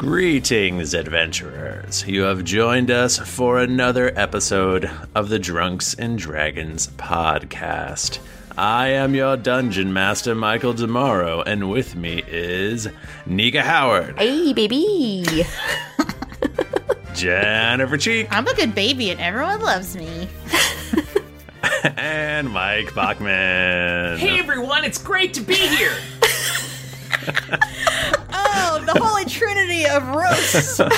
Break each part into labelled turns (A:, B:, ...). A: Greetings, adventurers. You have joined us for another episode of the Drunks and Dragons podcast. I am your dungeon master, Michael Demaro, and with me is Nika Howard,
B: Hey, baby.
A: Jennifer Cheek,
C: I'm a good baby and everyone loves me.
A: and Mike Bachman.
D: Hey everyone, it's great to be here.
C: Oh, the holy trinity of roasts upon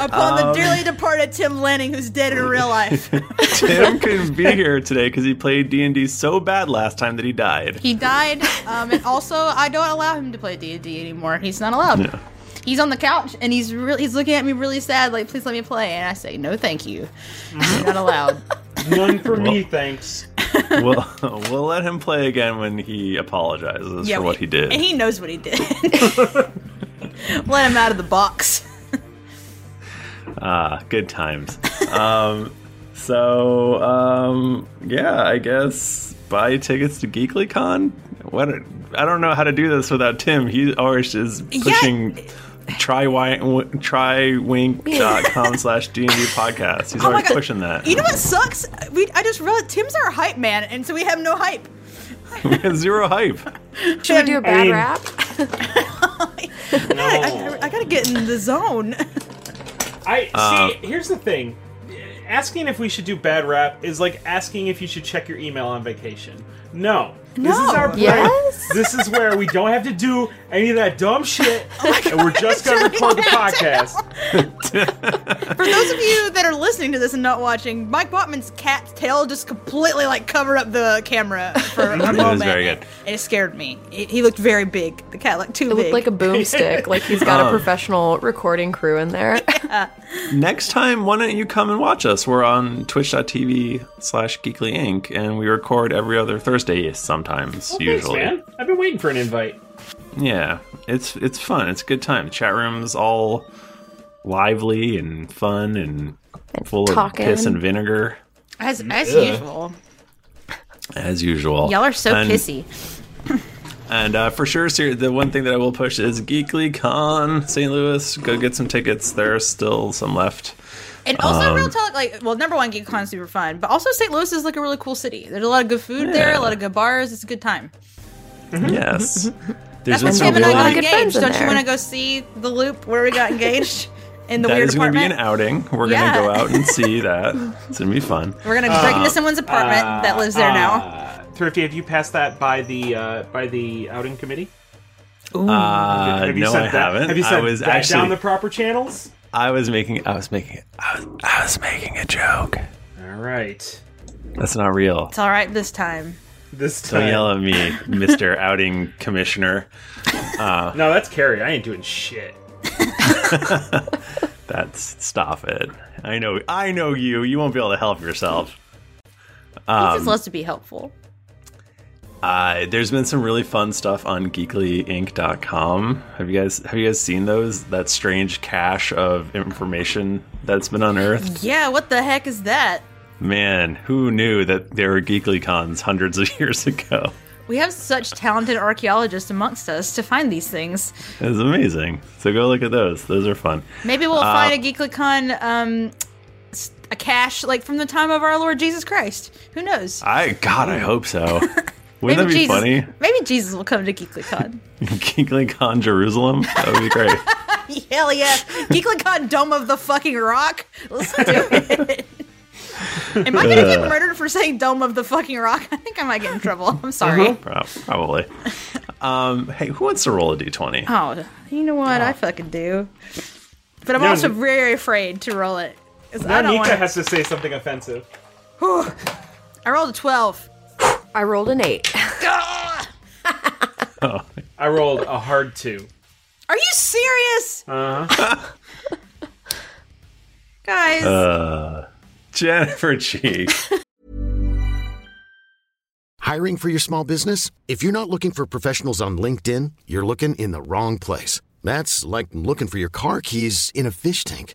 A: Um,
C: the dearly departed Tim Lanning, who's dead in real life.
A: Tim couldn't be here today because he played D and D so bad last time that he died.
C: He died, um, and also I don't allow him to play D and D anymore. He's not allowed. He's on the couch and he's really he's looking at me really sad, like please let me play. And I say no, thank you. You're not allowed.
D: One for me, thanks.
A: we'll we'll let him play again when he apologizes for what he did.
C: and he knows what he did. let him out of the box.
A: Ah, good times. um, so um, yeah, I guess buy tickets to GeeklyCon. What? I don't know how to do this without Tim. He always is pushing. Try trywink.com slash D and D podcast. He's always pushing that.
C: Oh You know what sucks? We I just realized Tim's our hype man, and so we have no hype.
A: We had Zero hype.
B: Should we do a bad
D: mean-
B: rap?
C: I, I, I gotta get in the zone.
D: I
A: uh,
D: see. Here's the thing: asking if we should do bad rap is like asking if you should check your email on vacation. No. This is
C: No.
D: our place.
B: Yes.
D: This is where we don't have to do any of that dumb shit,
C: Oh
D: and we're just gonna record the podcast.
C: For those of you that are listening to this and not watching, Mike Botman's cat's tail just completely like covered up the camera for a moment.
A: very good.
C: And it scared me. It, he looked very big. The cat looked too
B: It
C: big.
B: looked like a boomstick. Like he's got a professional recording crew in there.
A: Next time, why don't you come and watch us? We're on twitch.tv slash geekly inc and we record every other Thursday sometimes,
D: Thanks,
A: usually.
D: man. I've been waiting for an invite.
A: Yeah. It's it's fun. It's a good time. The chat room's all lively and fun and full
B: talking.
A: of piss and vinegar.
C: as
A: Mm,
C: as usual.
A: As usual.
C: Y'all are so
A: and,
C: pissy.
A: And uh, for sure, ser- the one thing that I will push is GeeklyCon St. Louis. Go get some tickets. There are still some left.
C: And also,
A: um,
C: real talk, like, well, number one, GeekCon's super fun, but also St. Louis is like a really cool city. There's a lot of good food there,
A: Yeah.
C: a lot of good bars. It's a good time.
A: Yes. There's been
C: That's
A: some
C: when Tim and
A: really
C: I got
B: good friends
C: engaged.
B: in
C: Don't you
B: there.
C: want to go see the loop where we got engaged in the
A: That
C: weird
A: is going to be
C: apartment?
A: an outing. We're
C: Yeah.
A: going to go out and see that. It's going to be fun.
C: We're gonna break
A: Uh,
C: into someone's apartment that lives there now.
D: Uh, Thrifty, have you passed that by the uh, by the outing committee?
C: Mm.
A: Uh,
D: have you
A: no,
D: said
A: I
D: that?
A: haven't.
D: Have you
A: I
D: said
A: was
D: that
A: actually.
D: down the proper channels?
A: I was making. I was making. I was, I was making a joke.
D: All right.
A: That's not real.
C: It's all right this time.
D: This time.
A: Don't yell at me, Mister Outing Commissioner.
D: No, that's Carrie. I ain't doing shit.
A: That's stop it. I know. I know you. You won't be able to help yourself.
C: he
A: Um,
C: just loves to be helpful.
A: Uh, there's been some really fun stuff on geeklyinc.com. Have you guys have you guys seen those? That strange cache of information that's been unearthed.
C: Yeah, what the heck is that?
A: Man, who knew that there were geekly cons hundreds of years ago?
C: We have such talented archaeologists amongst us to find these things.
A: It was amazing. So go look at those. Those are fun.
C: Maybe
A: Uh,
C: we'll find a GeeklyCon, um, s- a cache like from the time of our Lord Jesus Christ. Who knows?
A: I God, I hope so. Uh, Wouldn't that be
C: Jesus,
A: funny?
C: Maybe Jesus will come to GeeklyCon.
A: GeeklyCon Jerusalem? That would be great.
C: Hell yeah. GeeklyCon Dome of the fucking Rock. Let's do it. Am I going to get
A: Uh.
C: murdered for saying Dome of the fucking Rock? I think I might get in trouble. I'm sorry.
A: Prob- Probably. Um, hey, who wants to roll a d20?
C: Oh, you know what? I fucking do. But I'm
D: No,
C: also
D: n-
C: very afraid to roll it. 'Cause I
D: Now
C: don't
D: Nika
C: want to.
D: has to say something offensive.
C: I rolled a 12.
B: I rolled an eight.
D: I rolled a hard two.
C: Are you serious?
A: Uh-huh.
C: Guys,
A: Uh. Jennifer G.
E: Hiring for your small business? If you're not looking for professionals on LinkedIn, you're looking in the wrong place. That's like looking for your car keys in a fish tank.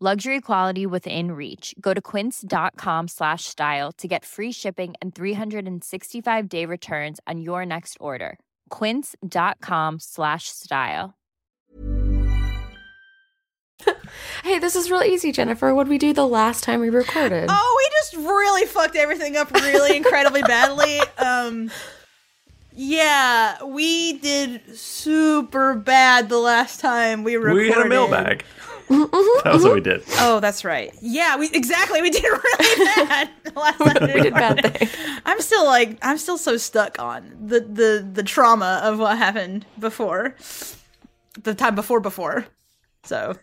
F: Luxury quality within reach. Go to quince.com slash style to get free shipping and 365 day returns on your next order. Quince.com slash style.
B: Hey, this is real easy, Jennifer. What did we do the last time we recorded?
C: Oh, we just really fucked everything up really incredibly badly. Um yeah, we did super bad the last time we recorded.
A: We had a mailbag. that was what we did.
C: Oh, that's right. Yeah, we exactly. We did really bad the last time. we did bad I'm still like I'm still so stuck on the the the trauma of what happened before, the time before before. So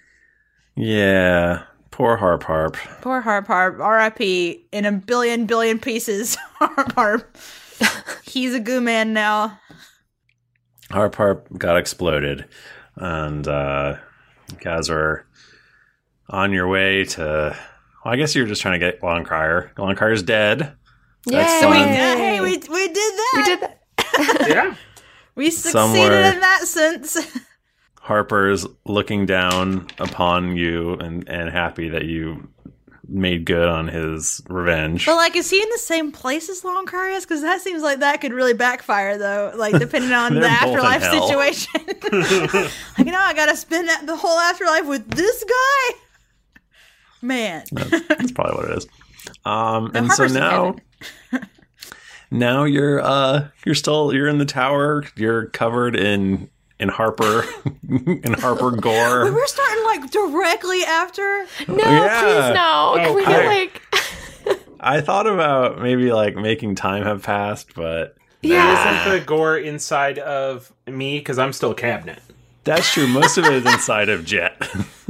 A: Yeah. Poor Harp Harp.
C: poor Harp Harp, R.I.P. in a billion billion pieces. Harp Harp. He's a goo man now.
A: Harp Harp got exploded. And uh you guys are on your way to well, I guess you were just trying to get Long Crier. Long Crier's dead. That's
B: Yay.
A: fun.
C: Yeah, hey, we we did that.
B: We did that.
D: Yeah.
C: We succeeded
A: Somewhere.
C: in that sense.
A: Harper's looking down upon you and, and happy that you made good on his revenge.
C: But like, is he in the same place as Long Curry is? Because that seems like that could really backfire, though. Like, depending on the
A: They're both in
C: afterlife
A: hell.
C: situation. like, no, I gotta spend that- the whole afterlife with this guy. Man,
A: That's probably what it is. Um, and so
C: Harper's in
A: now, now you're uh, you're still you're in the tower. You're covered in in Harper in Harper gore.
C: we're starting like directly after.
B: No,
A: Yeah.
B: please no. Oh, Can we
A: Okay.
B: get like
A: I thought about maybe like making time have passed, but
B: Yeah.
D: Isn't the gore inside of me? Because I'm still a cabinet.
A: that's true. Most of it is inside of Jet.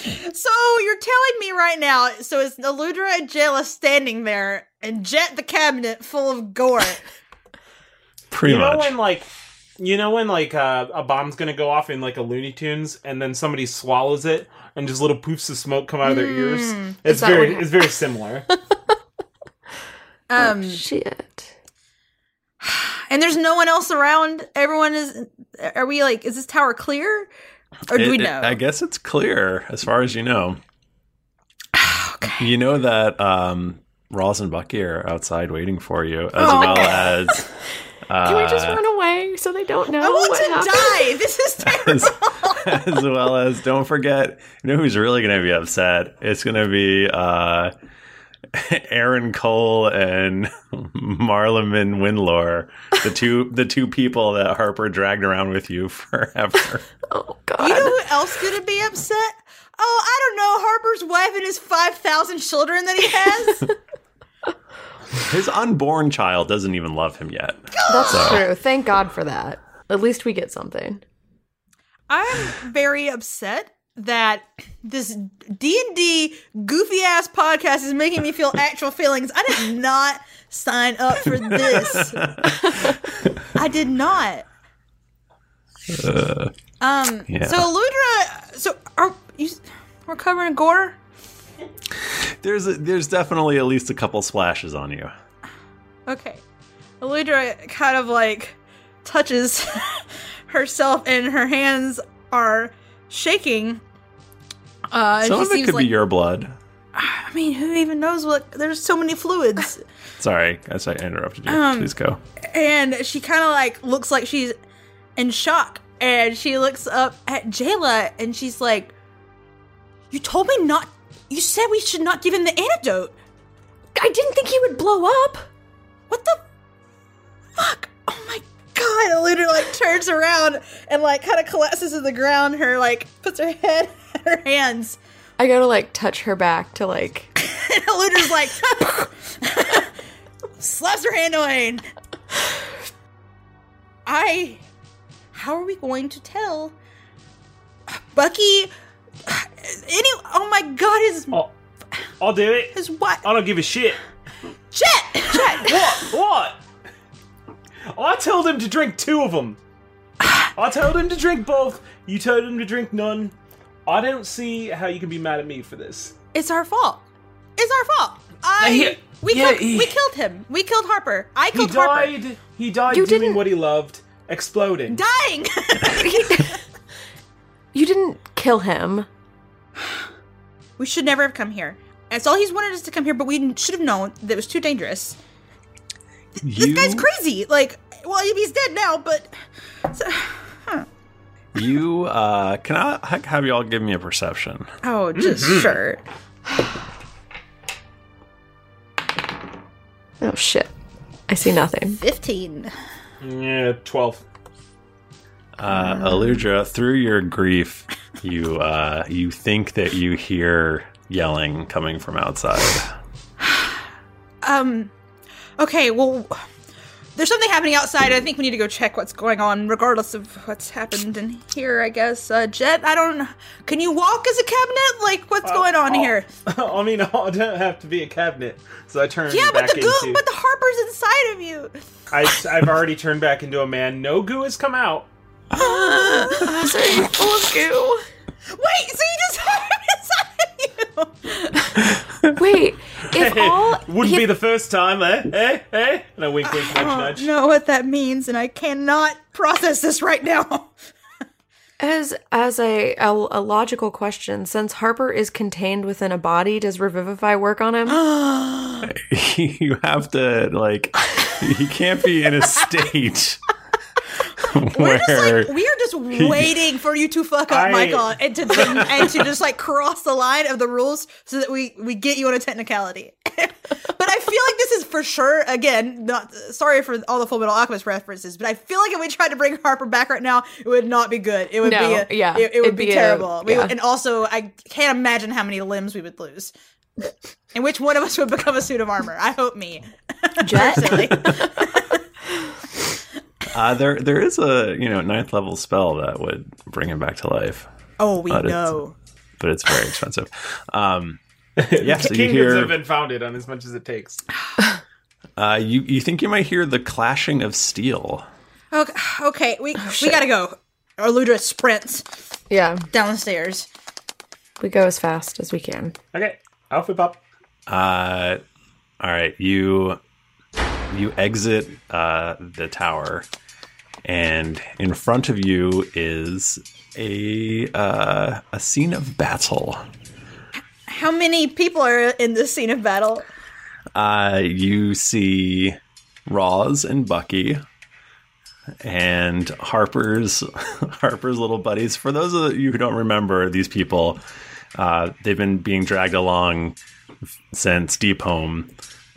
C: So you're telling me right now? So it's Eludra and Jayla standing there, and Jet the cabinet full of gore.
A: Pretty
D: you know
A: much.
D: when like you know when like uh, a bomb's gonna go off in like a Looney Tunes and then somebody swallows it and just little poofs of smoke come out of their ears. It's
B: Hmm. that
D: very
B: what-
D: it's very similar.
A: Oh,
C: Um,
B: shit?
C: and there's no one else around. Everyone is. Are we like? Is this tower clear? Or do
A: It-
C: we
A: it-
C: know?
A: I guess it's clear as far as you know. You know that um, Ross and Bucky are outside waiting for you, as
C: Oh,
A: well as
B: Can we just run away so they don't know
C: I want
B: what
C: to
B: happened?
C: die. This is terrible.
A: as, as well as don't forget. You know who's really going to be upset? It's going to be uh, Aaron Cole and Marleman Winlore, the two the two people that Harper dragged around with you forever.
B: Oh god.
C: You know who else gonna be upset? Oh, I don't know. Harper's wife and his five thousand children that he has.
A: His unborn child doesn't even love him yet.
B: That's true. Thank God for that. At least we get something.
C: I'm very upset that this D and D goofy ass podcast is making me feel actual feelings. I did not sign up for this. I did not.
A: Uh,
C: Um.
A: Yeah.
C: So Eludra. So are you? We're covering gore.
A: there's a, there's definitely at least a couple splashes on you.
C: Okay. Eludra kind of like touches herself, and her hands are shaking. Uh, and
A: Some of
C: she
A: it
C: seems
A: could
C: like,
A: be your blood.
C: I mean, who even knows what? There's so many fluids.
A: Sorry, I I interrupted you.
C: Um,
A: Please go.
C: and she kind of like looks like she's in shock and she looks up at jayla and she's like you told me not you said we should not give him the antidote i didn't think he would blow up what the fuck oh my god literally like turns around and like kind of collapses to the ground her like puts her head in her hands
B: I gotta like touch her back to like.
C: and Eluder's like slaps her hand away. and- I. How are we going to tell Bucky? Any? Oh my God! His
D: I'll do it.
C: his what?
D: I don't give a shit.
C: Chet. Chet.
D: What? I told him to drink two of them. I told him to drink both. You told him to drink none. I don't see how you can be mad at me for this.
C: It's our fault. It's our fault. I.
D: he-
C: we
D: yeah,
C: killed.
D: he-
C: we killed him. We killed Harper. I
D: He
C: killed Harper.
D: died. He died
B: You
D: doing
B: didn't-
D: what he loved, exploding.
C: Dying.
B: You didn't kill him.
C: we should never have come here. That's all he's wanted us to come here, but we should have known that it was too dangerous.
A: You
C: This guy's crazy. Like, well, he's dead now, but
A: you uh, can I ha- have y'all give me a perception?
C: oh, just
D: Mm-hmm.
C: sure.
B: Oh shit. I see nothing.
C: Fifteen.
D: Yeah, twelve.
A: Uh,
C: Um,
A: Aludra, through your grief, you uh, you think that you hear yelling coming from outside.
C: Um. Okay. Well, there's something happening outside. I think we need to go check what's going on, regardless of what's happened in here. I guess. Uh, Jet, I don't. Can you walk as a cabinet? Like, what's going on here?
D: I mean, I don't have to be a cabinet, so I turned
C: Yeah, but
D: back
C: the goo,
D: into.
C: but the Harper's inside of you.
D: I, I've already turned back into a man. No goo has come out.
B: Is there any full of goo?
C: Wait. So you just have it inside of you.
B: Wait, if all
D: Wouldn't
B: if-
D: be the first time, eh? Eh? Eh? And I wink, wink,
C: I
D: nudge, nudge.
C: don't know what that means, and I cannot process this right now.
B: as as a, a a logical question. Since Harper is contained within a body, does Revivify work on him?
A: you have to like he can't be in a state
C: We're
A: where
C: just like we are just waiting for you to fuck up,
D: I-
C: Michael, and to and to just like cross the line of the rules so that we we get you on a technicality. but I feel like this is for sure. Again, not sorry for all the Full Metal Alchemist references, but I feel like if we tried to bring Harper back right now, it would not be good. It would
B: No,
C: be a,
B: yeah,
C: It, it would
B: it'd
C: be,
B: be a-
C: terrible. We
B: yeah.
C: would- and also, I can't imagine how many limbs we would lose. And which one of us would become a suit of armor? I hope me.
B: Jet.
C: Silly.
A: uh, there there is a you know ninth level spell that would bring him back to life,
C: Oh, we
A: But it's-
C: know.
A: but it's very expensive. Um, yeah, so you
D: Kingdoms
A: hear
D: have been founded on as much as it takes.
A: uh, you you think you might hear the clashing of steel.
C: Okay, okay, we we gotta go. Or Ludra sprints
B: yeah,
C: down the stairs.
B: we go as fast as we can.
D: Okay, outfit pop.
A: Uh, all right, you you exit uh, the tower, and in front of you is a uh, a scene of battle.
C: How many people are in this scene of battle?
A: Uh, you see Roz and Bucky and Harper's Harper's little buddies. For those of you who don't remember these people, uh, they've been being dragged along f- since Deep Home.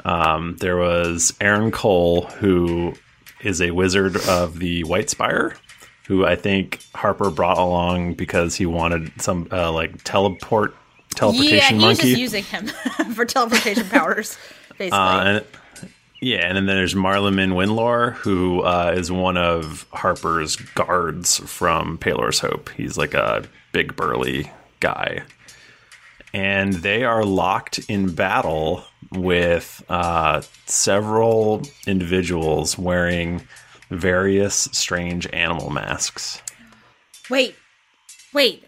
A: Um, there was Aaron Cole, who is a wizard of the White Spire, who I think Harper brought along because he wanted some uh, like teleport teleportation monkey.
C: using him for teleportation powers, basically.
A: Uh, and, yeah, and then there's Marleman Winlor, who uh, is one of Harper's guards from Palor's Hope. He's like a big burly guy. And they are locked in battle with uh, several individuals wearing various strange animal masks.
C: Wait, wait.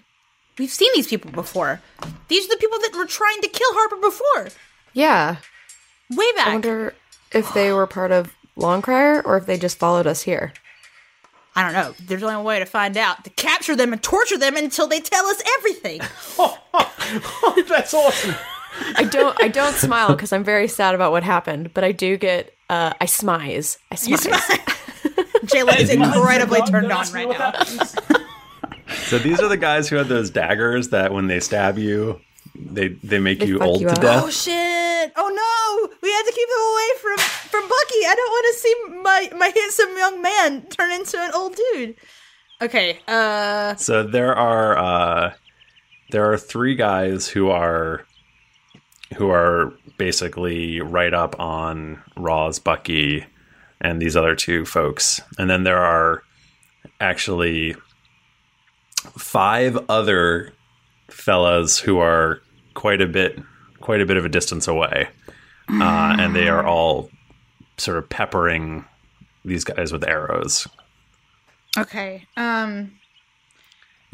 C: We've seen these people before. These are the people that were trying to kill Harper before,
B: Yeah.
C: way back.
B: I wonder if they were part of Longcrier or if they just followed us here.
C: I don't know. There's only one way to find out: to capture them and torture them until they tell us everything.
D: That's awesome.
B: I don't. I don't smile because I'm very sad about what happened, but I do get. Uh, I smize. I
C: You
B: smize.
C: smile. Jalen's incredibly
D: God,
C: turned
D: don't
C: on
D: ask me
C: right
D: what
C: now.
D: that means.
A: So these are the guys who have those daggers that when they stab you, they they make
B: They
A: you
B: fuck
A: old
B: you
A: to
B: up.
A: death.
C: Oh shit! Oh no! We have to keep them away from from Bucky. I don't want to see my my handsome young man turn into an old dude. Okay. Uh.
A: So there are uh, there are three guys who are who are basically right up on Raw's Bucky and these other two folks, and then there are actually five other fellas who are quite a bit quite a bit of a distance away, uh, and they are all sort of peppering these guys with arrows
C: Okay. Um.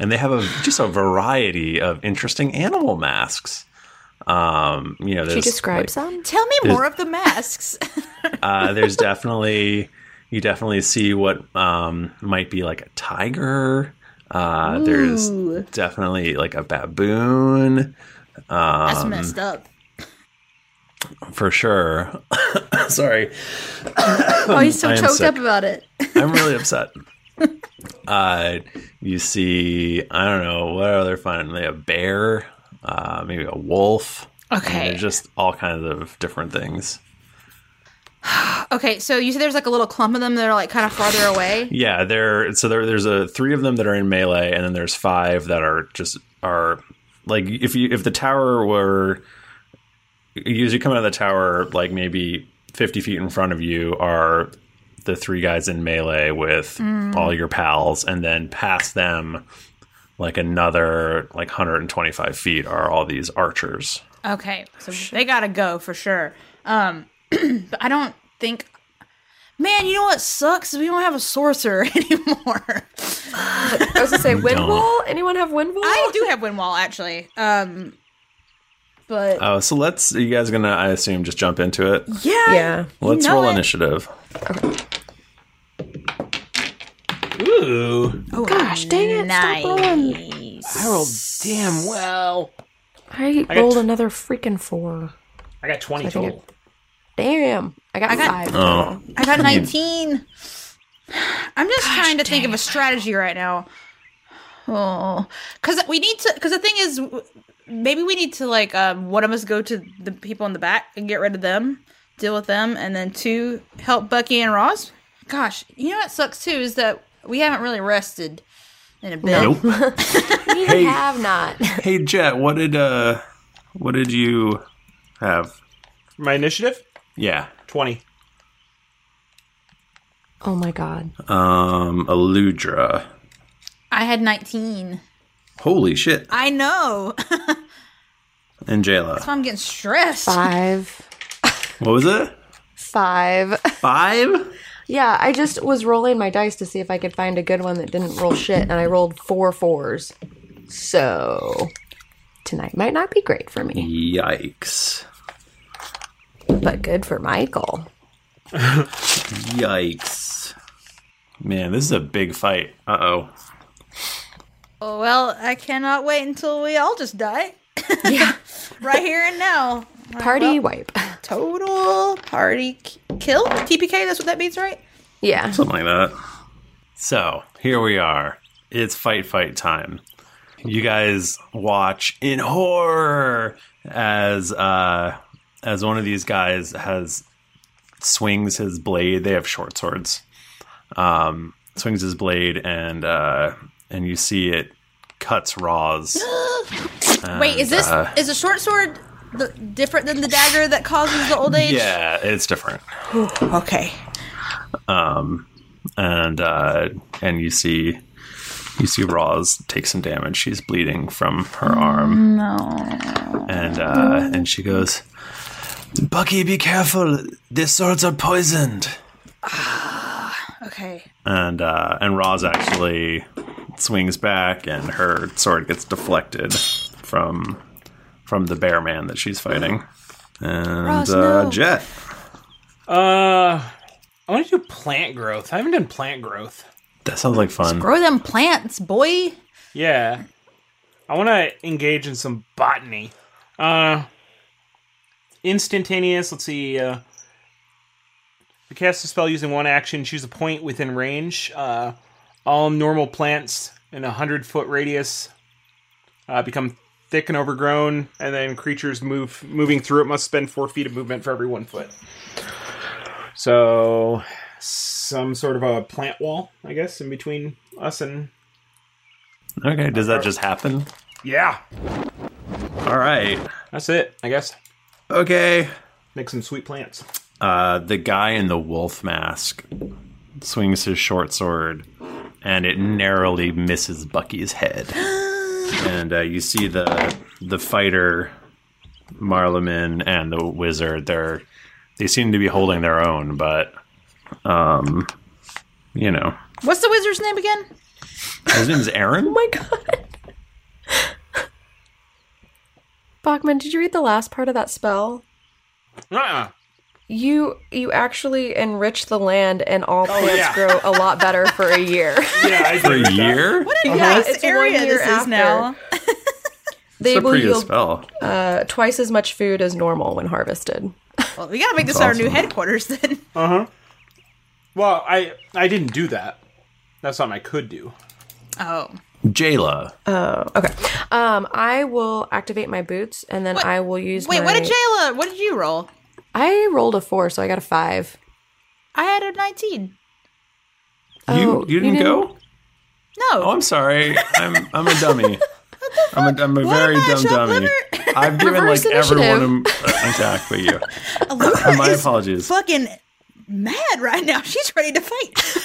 A: and they have a just a variety of interesting animal masks. Um, you know,
B: Could you
A: there's
B: describe
A: like,
B: some?
C: Tell me more of the masks.
A: uh, there's definitely you definitely see what um, might be like a tiger. Uh, there's definitely like a baboon
C: That's messed up.
A: for sure. Sorry,
C: Oh, he's so
A: I am
C: choked
A: sick.
C: up about it.
A: I'm really upset. Uh, you see, I don't know what other fun. They have a bear, uh, maybe a wolf.
C: Okay.
A: They're just all kinds of different things.
C: Okay. So you said there's like a little clump of them that are like kind of farther away.
A: Yeah, there. So there, there's a three of them that are in melee, and then there's five that are just are like if you if the tower were you usually come out of the tower like maybe fifty feet in front of you are the three guys in melee with all your pals, and then past them like another like 125 feet are all these archers.
C: Okay. So they gotta go for sure. Um. but I don't think. Man, you know what sucks? We don't have a sorcerer anymore.
B: I was gonna say
A: don't.
B: windwall. Anyone have windwall?
C: I do have Windwall actually. Um, but
A: Oh, so let's are you guys gonna I assume just jump into it.
C: yeah,
B: Uh, Yeah.
A: Let's
C: know
A: roll
C: it.
A: initiative.
D: Ooh.
C: Oh,
B: Gosh, dang it!
C: nice.
B: Stop rolling.
D: I rolled damn well.
B: I,
D: I got
B: rolled
D: t-
B: another freaking four.
D: I got 20
B: I think
D: total.
B: Damn! I got,
C: got-
B: five.
A: Oh.
C: I got nineteen. I'm just trying to think of a strategy right now. Oh, because we need to. Because the thing is, w- maybe we need to like um, one of us go to the people in the back and get rid of them, deal with them, and then two help Bucky and Ross. Gosh, you know what sucks too is that we haven't really rested in a bit.
B: We
A: Hey.
B: have not.
A: Hey Jet, what did uh what did you have?
D: My initiative?
A: Yeah.
D: 20.
B: Oh my god!
A: Um Aludra.
C: I had nineteen.
A: Holy shit.
C: I know.
A: And Jayla.
C: I'm getting stressed.
B: Five.
A: What was it?
B: Five.
A: Five?
B: Yeah, I just was rolling my dice to see if I could find a good one that didn't roll shit, and I rolled four fours. So tonight might not be great for me,
A: Yikes. Mm-hmm.
B: but good for Michael.
A: Yikes. Man, this is a big fight. Uh oh.
C: Oh, well, I cannot wait until we all just die.
B: Yeah.
C: right here and now.
B: Party wipe.
C: Total party k- kill? TPK, that's what that means, right?
B: Yeah.
A: Something like that. So here we are. It's fight fight time. You guys watch in horror as uh as one of these guys has swings his blade. They have short swords. Um swings his blade and uh and you see it cuts Raws. Um,
C: wait, is this
A: uh,
C: is a short sword the, different than the dagger that causes the old age?
A: Yeah, it's different.
C: Okay.
A: Um and uh and you see you see Roz take some damage. She's bleeding from her arm.
C: No.
A: and uh, and she goes, "Bucky, be careful! The swords are poisoned."
C: Okay.
A: And uh, and Roz actually swings back, and her sword gets deflected from from the bear man that she's fighting. And
D: Ross,
A: uh,
D: no.
A: Jet,
D: Uh, I want to do plant growth. I haven't done plant growth.
A: that sounds like fun.
C: Grow them plants, boy.
D: Yeah, I want to engage in some botany. Uh, instantaneous. Let's see. Uh, we cast a spell using one action. Choose a point within range. Uh, all normal plants in a hundred foot radius uh, become thick and overgrown, and then creatures move moving through it must spend four feet of movement for every one foot. So, some sort of a plant wall, I guess, in between us and
A: Okay, does that just happen?
D: yeah.
A: All right.
D: That's it, I guess.
A: Okay.
D: Make some sweet plants.
A: Uh, the guy in the wolf mask swings his short sword, and it narrowly misses Bucky's head. and uh, you see the the fighter, Marleman, and the wizard. They're they seem to be holding their own, but um, you know,
C: What's the wizard's name again?
A: his name's Aaron.
B: my god. Bachman, did you read the last part of that spell?
D: Uh-uh.
B: You you actually enrich the land and
C: Oh,
B: all plants
D: yeah.
B: grow a lot better for a year.
D: Yeah, I
A: For a year.
C: What a
B: Uh-huh.
C: nice
B: It's one
C: area
B: year
C: this is
B: after.
C: now.
B: They
A: It's a
B: will
A: pretty good
B: yield
A: spell.
B: uh, twice as much food as normal when harvested.
C: Well, we gotta make this
A: That's
C: our new
A: awesome.
C: headquarters then.
D: Uh huh. Well, I I didn't do that. That's something I could do.
C: Oh.
A: Jayla.
B: Oh, okay. Um, I will activate my boots and then I will use.
C: Wait, what
B: my-
C: did Jayla? What did you roll?
B: I rolled a four, so I got a five.
C: I had a 19.
A: you
B: Oh,
A: you didn't, go?
C: No.
A: Oh, I'm sorry. I'm I'm a dummy. I'm a, I'm a
C: What
A: very
C: am I,
A: dumb
C: chopped
A: dummy.
C: liver?
A: I've given like
B: Reverse
A: everyone an
B: initiative.
A: attack but you.
C: Alora
A: My
C: is
A: apologies.
C: fucking mad right now. She's ready to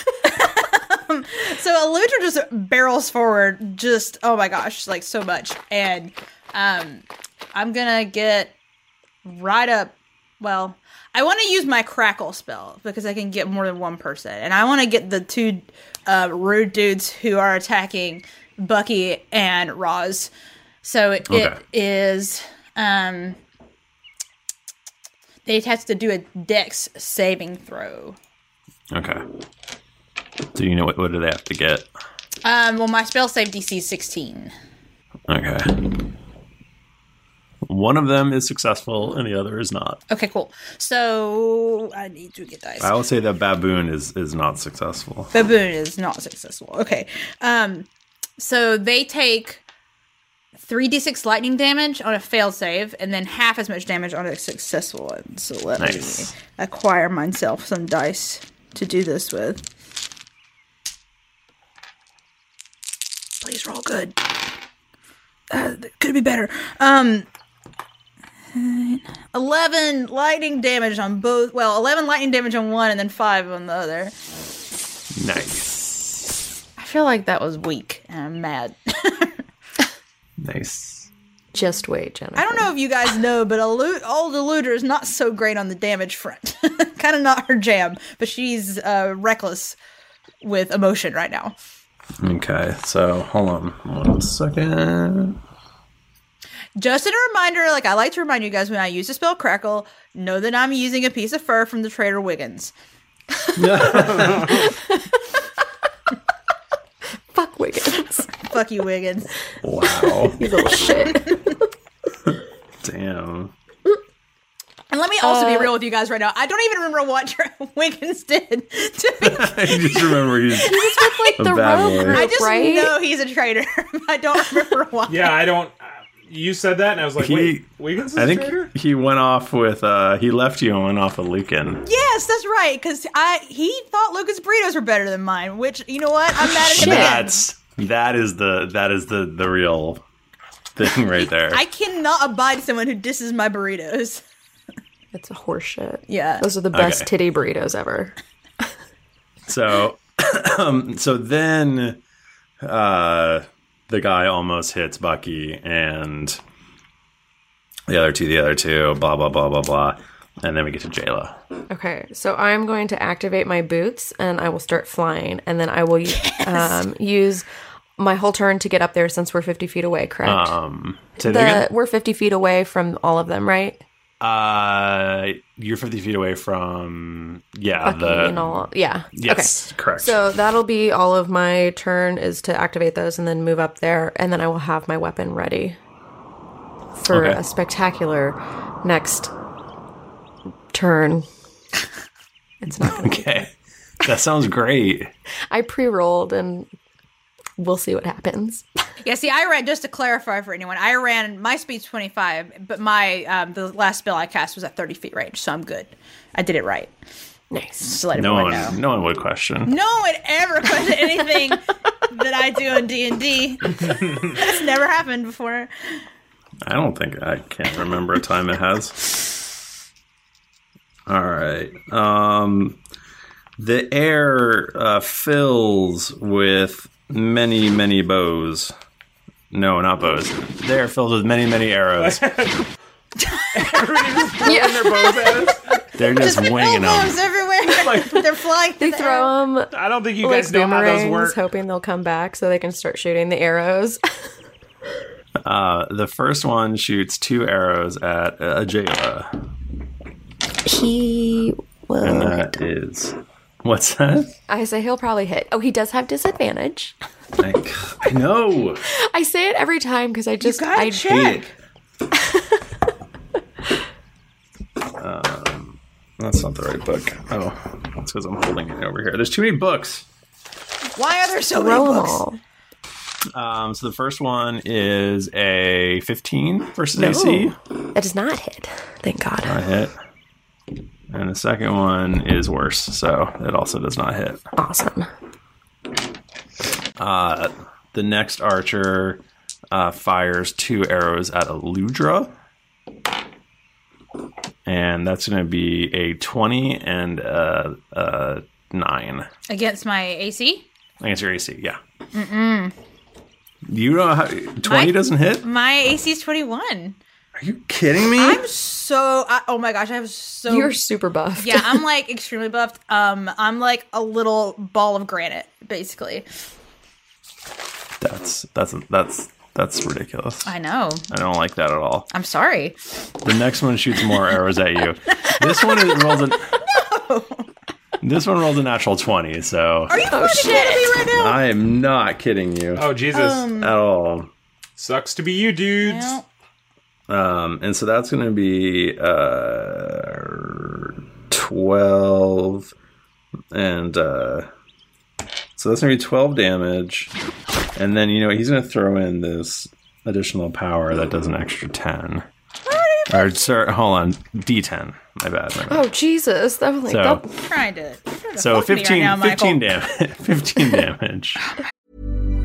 C: fight. Um, so Aludra just barrels forward, just oh my gosh, like so much. And um, I'm gonna get right up. Well, I want to use my crackle spell because I can get more than one person, and I want to get the two uh, rude dudes who are attacking Bucky and Roz. So it,
A: Okay.
C: it is. Um, they have to do a dex saving throw.
A: Okay. Do you know what what do they have to get?
C: Um, well, my spell save DC is 16.
A: Okay. One of them is successful and the other is not.
C: Okay, cool. So I need to get dice.
A: I will say that baboon is is not successful.
C: Baboon is not successful. Okay. Um, so they take 3d6 lightning damage on a failed save and then half as much damage on a successful one. So let
A: Nice.
C: me acquire myself some dice to do this with. Please roll good. Uh, th- could be better. Um, 11 lightning damage on both. Well, 11 lightning damage on one and then 5 on the other.
A: Nice.
C: I feel like that was weak, and I'm mad.
A: Nice.
B: Just wait, Jennifer.
C: I don't know if you guys know, but Elu- old Eluder is not so great on the damage front. kind of not her jam, but she's uh, reckless with emotion right now.
A: Okay, so hold on one second.
C: Just as a reminder, like I like to remind you guys when I use the spell Crackle, know that I'm using a piece of fur from the Trader Wiggins.
B: Fuck Wiggins.
C: Fuck you, Wiggins.
A: Wow.
B: you little shit.
A: Damn.
C: And let me also be real with you guys right now. I don't even remember what Tra- Wiggins did. To be
A: I just remember you.
B: Like
A: A
B: the
A: bad
B: rogue
A: boy.
B: group,
C: I just
B: right?
C: know he's a traitor. I don't remember why.
D: Yeah, I don't. Uh, you said that, and I was like,
A: He-
D: wait, Wiggins is
A: I think
D: traitor?
A: he went off with uh he left you and went off with Lucan.
C: Yes, that's right. Because I he thought Lucas burritos were better than mine. Which you know what? I'm mad at him again.
A: That's that is the that is the the real thing right there.
C: I cannot abide someone who disses my burritos.
B: It's a horseshit.
C: Yeah.
B: Those are the best
A: Okay.
B: titty burritos ever.
A: So um so then uh the guy almost hits Bucky and the other two, the other two, blah blah blah blah blah. And then we get to Jayla.
B: Okay, so I'm going to activate my boots and I will start flying, and then I will um, use my whole turn to get up there since we're 50 feet away, correct?
A: Um, say that
B: the,
A: again?
B: we're 50 feet away from all of them, right?
A: Uh, you're 50 feet away from yeah
B: Bucky
A: the
B: and all- yeah.
A: yes correct.
B: So that'll be all of my turn is to activate those and then move up there, and then I will have my weapon ready for
A: Okay.
B: a spectacular next turn. it's not. Gonna
A: okay, that sounds great.
B: I pre-rolled, and we'll see what happens.
C: Yeah, see, I ran just to clarify for anyone. I ran my speed's twenty five, but my um, the last spell I cast was at thirty feet range, so I'm good. I did it right.
B: Nice.
C: Just to let
A: No
C: everyone
A: one,
C: know.
A: no one would question.
C: No one ever questioned anything that I do in D and D. That's never happened before.
A: I don't think I can't remember a time it has. All right. Um, the air uh, fills with many, many bows. No, not bows. The air fills with many, many arrows.
B: Yeah.
A: They're just, winging
C: Elbows
A: them.
C: everywhere. They're flying.
B: They throw them.
D: I don't think you
B: like
D: guys know how those
B: boomerangs,
D: work.
B: hoping they'll come back so they can start shooting the arrows.
A: Uh, the first one shoots two arrows at uh, Ajayla,
B: he
A: and
B: will.
A: that is what's that?
B: I say he'll probably hit. Oh, he does have disadvantage.
A: Like, I know.
B: I say it every time because I just
C: gotta
B: I
C: check.
A: Um, that's not the right book. Oh, that's because I'm holding it over here. There's too many books.
C: Why are there so many
B: throw them
C: books?
B: all.
A: Um, so the first one is a 15 versus AC.
B: That does not hit. Thank God.
A: I hit. And the second one is worse, so it also does not hit.
B: Awesome.
A: Uh, the next archer uh, fires two arrows at Aludra. And that's going to be a 20 and a, a 9.
C: Against my AC,
A: Against your AC, yeah. Mm-mm. You know how 20
C: My-
A: doesn't hit? Are
C: my AC is twenty one.
A: you kidding me?
C: I'm so. I, oh my gosh, I have so.
B: You're super buff.
C: yeah, I'm like extremely buffed. Um, I'm like a little ball of granite, basically.
A: That's that's that's that's ridiculous. I,
C: I know.
A: don't like that at all.
C: I'm sorry.
A: The next one shoots more arrows at you. This one is, rolls a This one rolls a natural 20, so
C: Are you fucking kidding me right now?
A: I am not kidding you
D: Oh Jesus,
A: at all.
D: sucks to be you, dudes.
C: No.
A: Um, and so that's going to be uh, 12. And uh, so that's going to be 12 damage. And then, you know, what, he's going to throw in this additional power that does an extra 10. Or, sorry, hold on, D10. My bad. My bad.
B: Oh Jesus! That was like
A: So-
B: double-
C: I'm trying to. you're trying to
A: So
C: fuck me right
A: 15,
C: now, Michael.
A: 15 damage. 15 damage.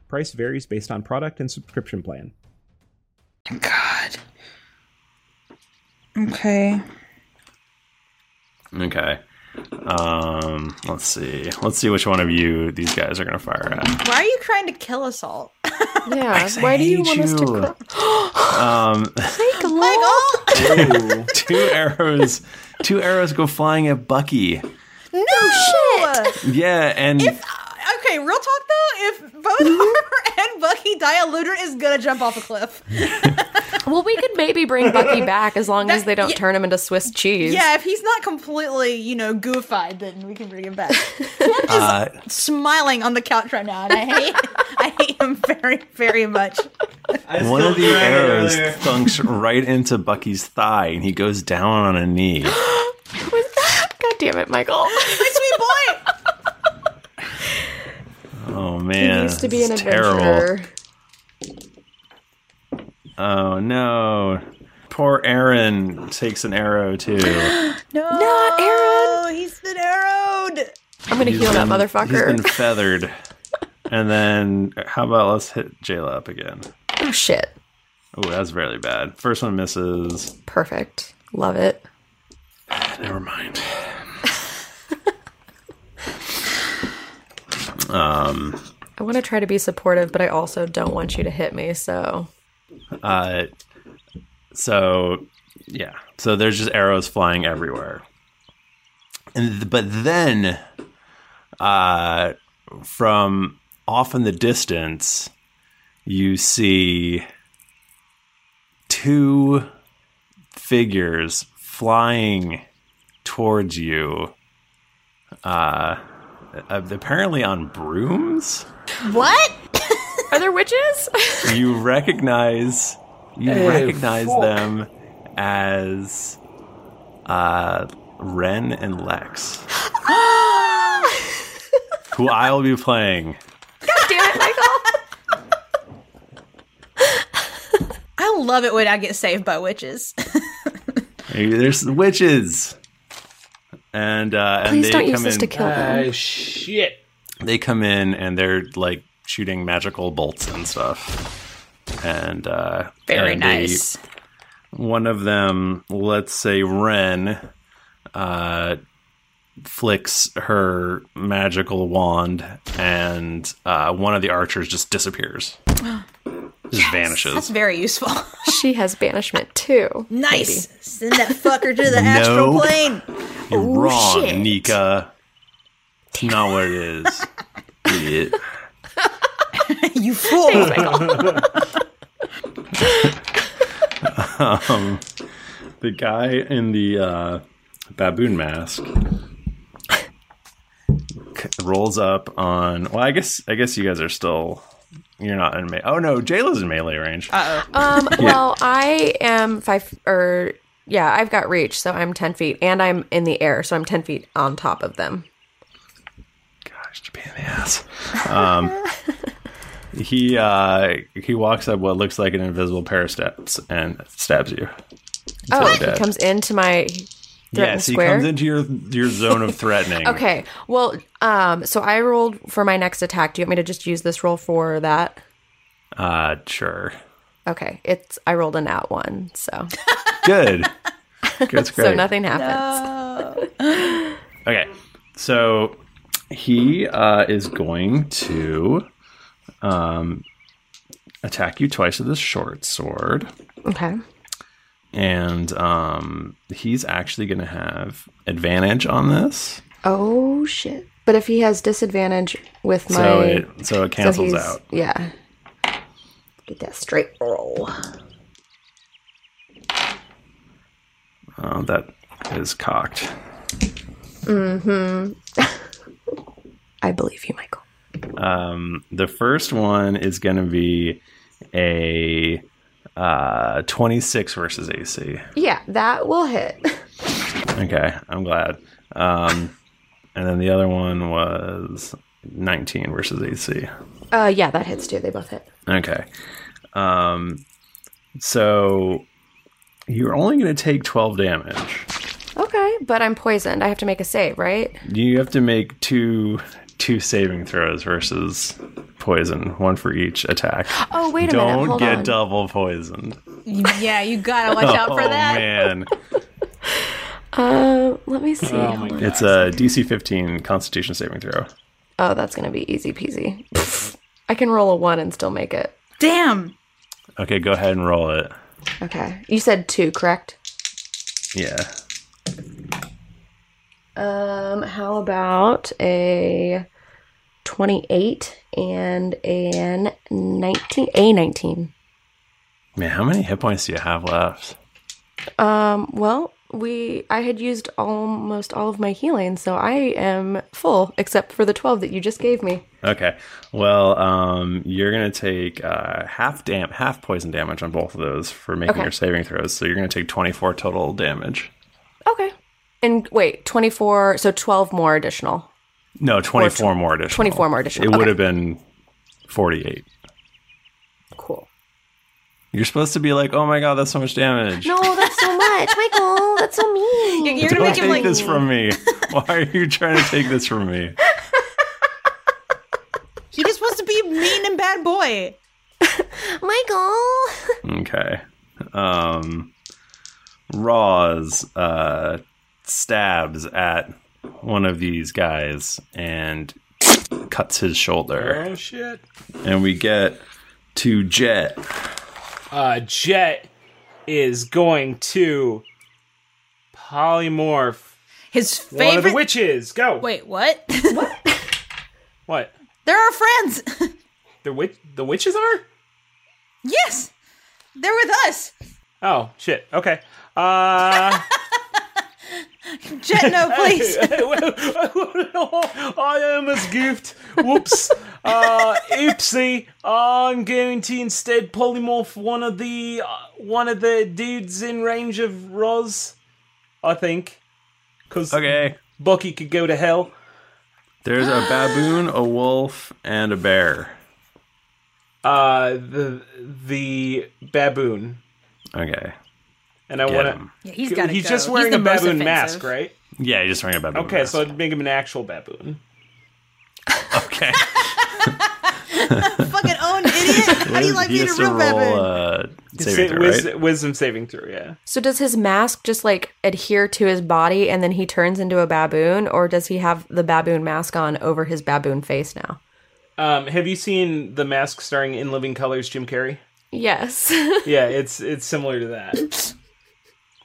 D: Price varies based on product and subscription plan.
C: Okay.
A: Okay. Um, let's see. Let's see which one of you these guys are gonna fire at.
C: Why are you trying to kill us all?
B: Yeah. Why do you want us to cry?
A: Um,
B: Take
A: two,
B: Michael?
A: two arrows. Two arrows go flying at Bucky.
C: No shit.
A: Yeah, and
C: Okay, real talk though, if both her and Bucky die, Looter is gonna jump off a cliff.
B: well, we could maybe bring Bucky back as long as they don't turn him into Swiss cheese.
C: Yeah, if he's not completely, you know, goofied, then we can bring him back.
A: uh,
C: Smiling on the couch right now, and I hate, I hate him very, very much.
A: one of the
C: tried it
A: arrows
C: earlier.
A: thunks right into Bucky's thigh, and he goes down on a knee.
B: God damn it, Michael.
C: My sweet boy.
A: Oh man,
B: he used to be an
A: this is terrible.
B: adventurer.
A: Oh no, poor Aaron takes an arrow too.
C: No, not Aaron. He's been arrowed.
B: I'm gonna
A: He's
B: heal that
A: been- He's
B: motherfucker.
A: been feathered. and then how about let's hit Jayla up again?
B: oh shit.
A: Oh, that's really bad. First one misses.
B: Perfect. Love it.
A: Never mind. Um,
B: I want to try to be supportive, but I also don't want you to hit me. So
A: uh, so yeah, so there's just arrows flying everywhere, and but then, uh, from off in the distance, you see two figures flying towards you. Uh, apparently on brooms.
C: What?
B: Are there witches?
A: you recognize you
B: Hey,
A: recognize
B: fuck.
A: them as uh Ren and Lex, who I will be playing.
B: God damn it, Michael.
C: I love it when I get saved by witches.
A: Maybe there's witches. And uh and
C: Please
A: they
C: don't
A: come
C: use this
A: in,
C: to kill them.
G: Ah, shit.
A: They come in and they're like shooting magical bolts and stuff. And uh
C: Very
A: and they-
C: nice.
A: one of them, let's say Ren, uh, flicks her magical wand, and uh, one of the archers just disappears, just vanishes.
C: That's very useful.
B: she has banishment too.
C: Nice. Send that fucker to the
A: No.
C: astral plane.
A: You're
C: Oh,
A: wrong,
C: shit.
A: Nika. It's not what it is. Idiot.
C: you fool.
A: um, the guy in the uh, baboon mask c- rolls up on. Well, I guess I guess you guys are still. You're not in melee. Oh no, Jayla's in melee range.
C: Uh
B: Um,
A: Yeah.
B: well, I am five or yeah, I've got reach, so I'm ten feet, and I'm in the air, so I'm ten feet on top of them.
A: Yes. Um, he uh, he walks up what looks like an invisible pair of steps and stabs you.
B: oh,
A: Until
B: he
A: dead.
B: comes into my threatened
A: Yes, he
B: square.
A: comes into your your zone of threatening.
B: okay, well, um, so I rolled for my next attack. Do you want me to just use this roll for that?
A: Uh, sure.
B: Okay, it's I rolled an out one, so
A: Good. That's great.
B: so nothing happens.
A: Okay. So he uh, is going to um, attack you twice with his short sword.
B: Okay.
A: And um, he's actually going to have advantage on this.
B: Oh shit! But if he has disadvantage with my,
A: So it- so it cancels
B: he's-
A: out.
B: Yeah. Get that straight roll.
A: Oh, that is cocked.
B: Mm-hmm. I believe you, Michael.
A: Um, the first one is going to be a uh, 26 versus AC.
B: Yeah, that will hit.
A: Okay, I'm glad. Um, and then the other one was 19 versus AC.
B: Uh, yeah, that hits too. They both hit.
A: Okay. Um, so you're only going to take 12 damage.
B: Okay, but I'm poisoned. I have to make a save, right?
A: You have to make two two saving throws versus poison, one for each attack.
B: Oh, wait a
A: Don't
B: minute, hold
A: get
B: on.
A: double poisoned.
C: Yeah, you gotta watch out for
A: oh,
C: that.
A: man.
B: Uh, let me see.
A: Oh,
B: Hold on.
A: it's a DC 15 Constitution saving throw.
B: Oh, that's gonna be easy peasy. Pfft. I can roll a one and still make it.
C: Damn.
A: Okay, go ahead and roll it.
B: Okay, you said two, correct?
A: Yeah.
B: Um, how about a twenty-eight and an nineteen? A nineteen.
A: Man, how many hit points do you have left?
B: Um, well, we I had used almost all of my healing, so I am full except for the 12 that you just gave me.
A: Okay. Well, um, you're gonna take uh, half dam- half poison damage on both of those for making
B: Okay.
A: your saving throws. So you're gonna take 24 total damage.
B: Okay. And wait, 24, so 12 more additional.
A: No, 24 more additional.
B: 24 more additional,
A: It
B: okay.
A: would have been 48.
B: Cool.
A: You're supposed to be like, oh my god, that's so much damage.
B: No, that's so much. Michael, that's so mean.
A: Don't take this from me. Why are you trying to take this from me?
C: He just wants to be mean and bad boy.
B: Michael.
A: Okay. Um, Raws uh, stabs at one of these guys and cuts his shoulder.
D: Oh shit.
A: and we get to Jet.
D: Uh, Jet is going to polymorph
C: his
D: one of the
C: favorite-
D: witches. Go.
C: Wait, what?
D: What?
C: They're our friends.
D: The witch? The witches are?
C: Yes, they're with us.
D: Oh shit. Okay. Uh.
C: Jet, no, please.
D: I almost goofed. Whoops. Uh, oopsie. I'm going to instead polymorph one of the uh, one of the dudes in range of Roz. I think. Cause
A: okay.
D: Bucky could go to hell.
A: There's a baboon, a wolf, and a bear.
D: Uh, the the baboon,
A: Okay.
D: and I
A: Get
D: want to.
A: him.
C: Yeah, he's gotta
D: He's
C: go.
D: just
C: He's
D: wearing
C: the
D: a
C: most
D: baboon
C: offensive.
D: mask, right?
A: Yeah, you just wearing a baboon.
D: Okay, so I'd make him an actual baboon.
A: Okay.
C: Fucking own idiot. How do you like me to rip baboon?
A: uh,
B: saving throw, right?
D: Wisdom saving throw, yeah.
B: So does his mask just like adhere to his body and then he turns into a baboon or does he have the baboon mask on over his baboon face now?
D: Um, have you seen the mask starring In Living Colors, Jim Carrey?
B: Yes.
D: yeah, it's it's similar to that.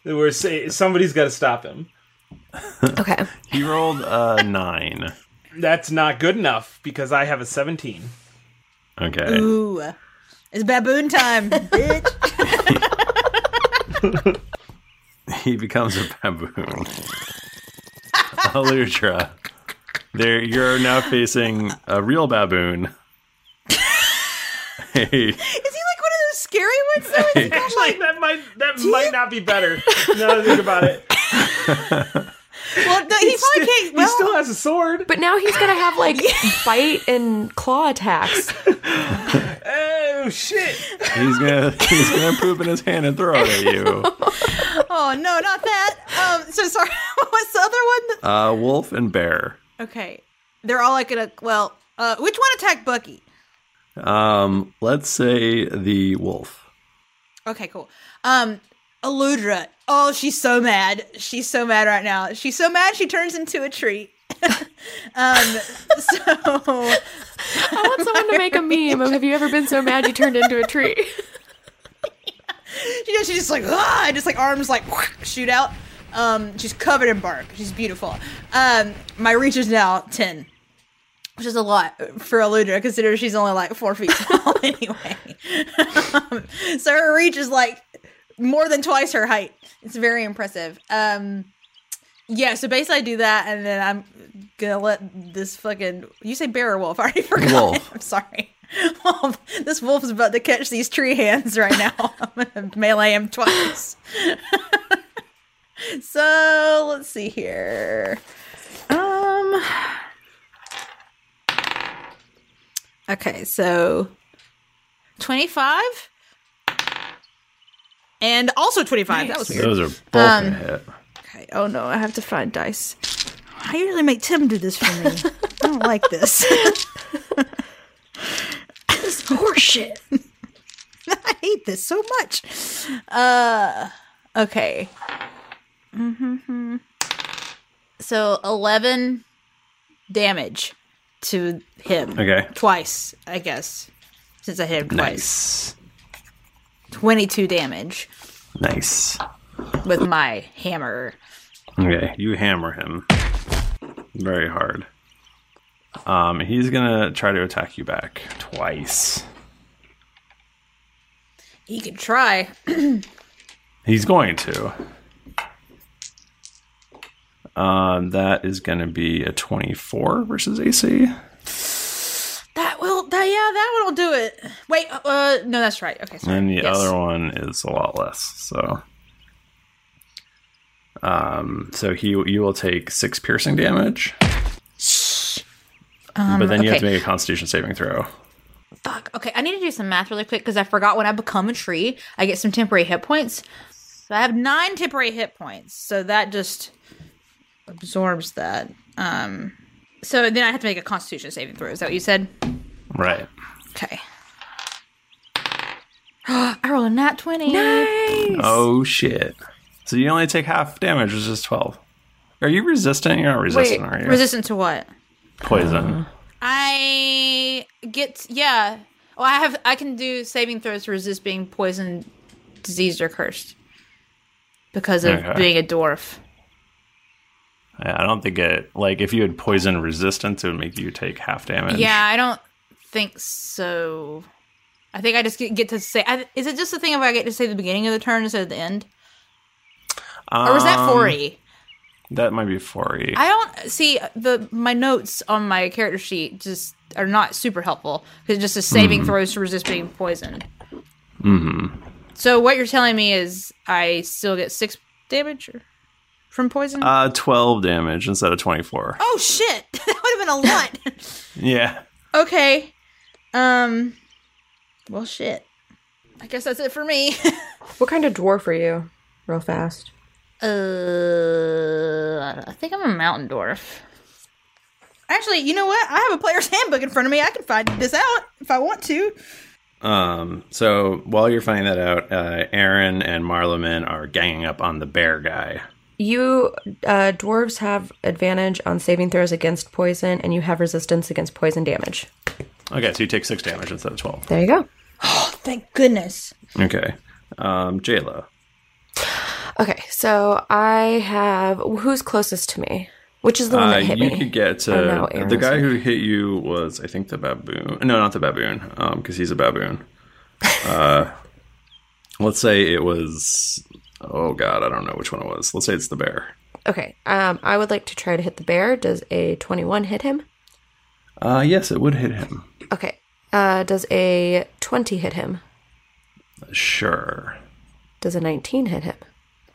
D: Where say, somebody's got to stop him.
B: okay.
A: He rolled a nine.
D: That's not good enough because I have a seventeen.
A: Okay.
C: Ooh, it's baboon time, bitch.
A: He becomes a baboon. Aludra. There, you're now facing a real baboon. a
C: Is he like one of those scary ones? Though? Is he kinda
D: Actually, that might that might not be better. Now that I think about it.
C: well, no, he probably can't. Well,
D: he still has a sword,
B: but now he's gonna have like bite and claw attacks.
D: Oh shit!
A: He's gonna he's gonna poop in his hand and throw it at you.
C: oh no, not that. Um, so sorry. What's the other
A: Uh, wolf and bear.
C: one? Okay, they're all like gonna. Well, uh, which one attacked Bucky?
A: Um, let's say the wolf.
C: Okay, cool. Um, Eludra. Oh, she's so mad. She's so mad right now. She's so mad. She turns into a tree. um, so I
B: want someone to make a meme of "Have you ever been so mad you turned into a tree?"
C: you know, she's just like, ah, and just like arms like shoot out. Um, she's covered in bark. She's beautiful. Um, my reach is now ten, which is a lot for Aludra, considering she's only like four feet tall anyway. um, so her reach is like more than twice her height. It's very impressive. Um, yeah, so basically I do that, and then I'm gonna let this fucking you say bear or wolf. I already forgot.
A: Wolf.
C: I'm sorry. Wolf. This wolf is about to catch these tree hands right now. I'm gonna melee him twice. so let's see here. Um. Okay, so twenty-five, and also twenty-five. That was weird.
A: Those are both
C: Um,
A: a hit.
C: Okay. Oh no, I have to find dice. I usually make Tim do this for me. I don't like this. this is horseshit. I hate this so much. Uh, okay. Mm-hmm. So eleven damage to him.
A: Okay.
C: Twice, I guess, since I hit him twice. Twenty-two damage
A: Nice.
C: with my hammer.
A: Okay, you hammer him very hard. Um, he's gonna try to attack you back twice.
C: He can try.
A: He's going to. Um, that is gonna be a twenty-four versus AC.
C: That will that yeah, that one will do it. Wait, uh, uh no, that's right. Okay, sorry.
A: And the
C: Yes.
A: other one is a lot less. So, um, so he you will take six piercing damage,
C: Um,
A: but then you have to
C: okay.
A: make a Constitution saving throw.
C: Fuck. Okay, I need to do some math really quick because I forgot when I become a tree, I get some temporary hit points. So I have nine temporary hit points. So that just absorbs that. Um so then I have to make a constitution saving throw. Is that what you said?
A: Right.
C: Okay. I rolled a nat twenty.
A: Oh shit! So you only take half damage, which is twelve. Are you resistant? You're not resistant, are you?
C: resistant to what?
A: poison.
C: Oh. I get yeah. Well, I have I can do saving throws to resist being poisoned, diseased, or cursed because of
A: Okay.
C: being a dwarf.
A: Yeah, I don't think it. Like, if you had poison resistance, it would make you take half damage.
C: Yeah, I don't think so. I think I just get, get to say. I, is it just the thing if I get to say the beginning of the turn instead of the end, or was that
A: Um,
C: four E?
A: That might be four E.
C: I don't see the my notes on my character sheet just are not super helpful because it just says saving
A: Mhm.
C: throws to resist being poisoned.
A: Mm-hmm.
C: So what you're telling me is I still get six damage or- from poison?
A: Uh, twelve damage instead of twenty-four.
C: oh shit! that would have been a lot.
A: Yeah.
C: okay. Um. Well, shit. I guess that's it for me.
B: What kind of dwarf are you? Real fast.
C: uh, I think I'm a mountain dwarf. Actually, you know what? I have a player's handbook in front of me. I can find this out if I want to.
A: Um. So while you're finding that out, uh, Aaron and Marleman are ganging up on the bear guy.
B: You uh, dwarves have advantage on saving throws against poison, and you have resistance against poison damage.
A: Okay, so you take six damage instead of twelve.
B: There you go.
C: Oh, Thank goodness.
A: Okay. Um, Jayla.
B: Okay, so I have who's closest to me, which is the one
A: Uh,
B: that hit
A: you
B: me.
A: could get to
B: Oh, no,
A: the
B: Aaron's
A: guy
B: one.
A: who hit you was I think the baboon. No, not the baboon, um, because he's a baboon. Uh, let's say it was Oh god, I don't know which one it was. Let's say it's the bear.
B: Okay. Um, I would like to try to hit the bear. Does a 21 hit him?
A: Uh, yes, it would hit him.
B: Okay. Uh, does a 20 hit him?
A: Sure.
B: Does a 19 hit him?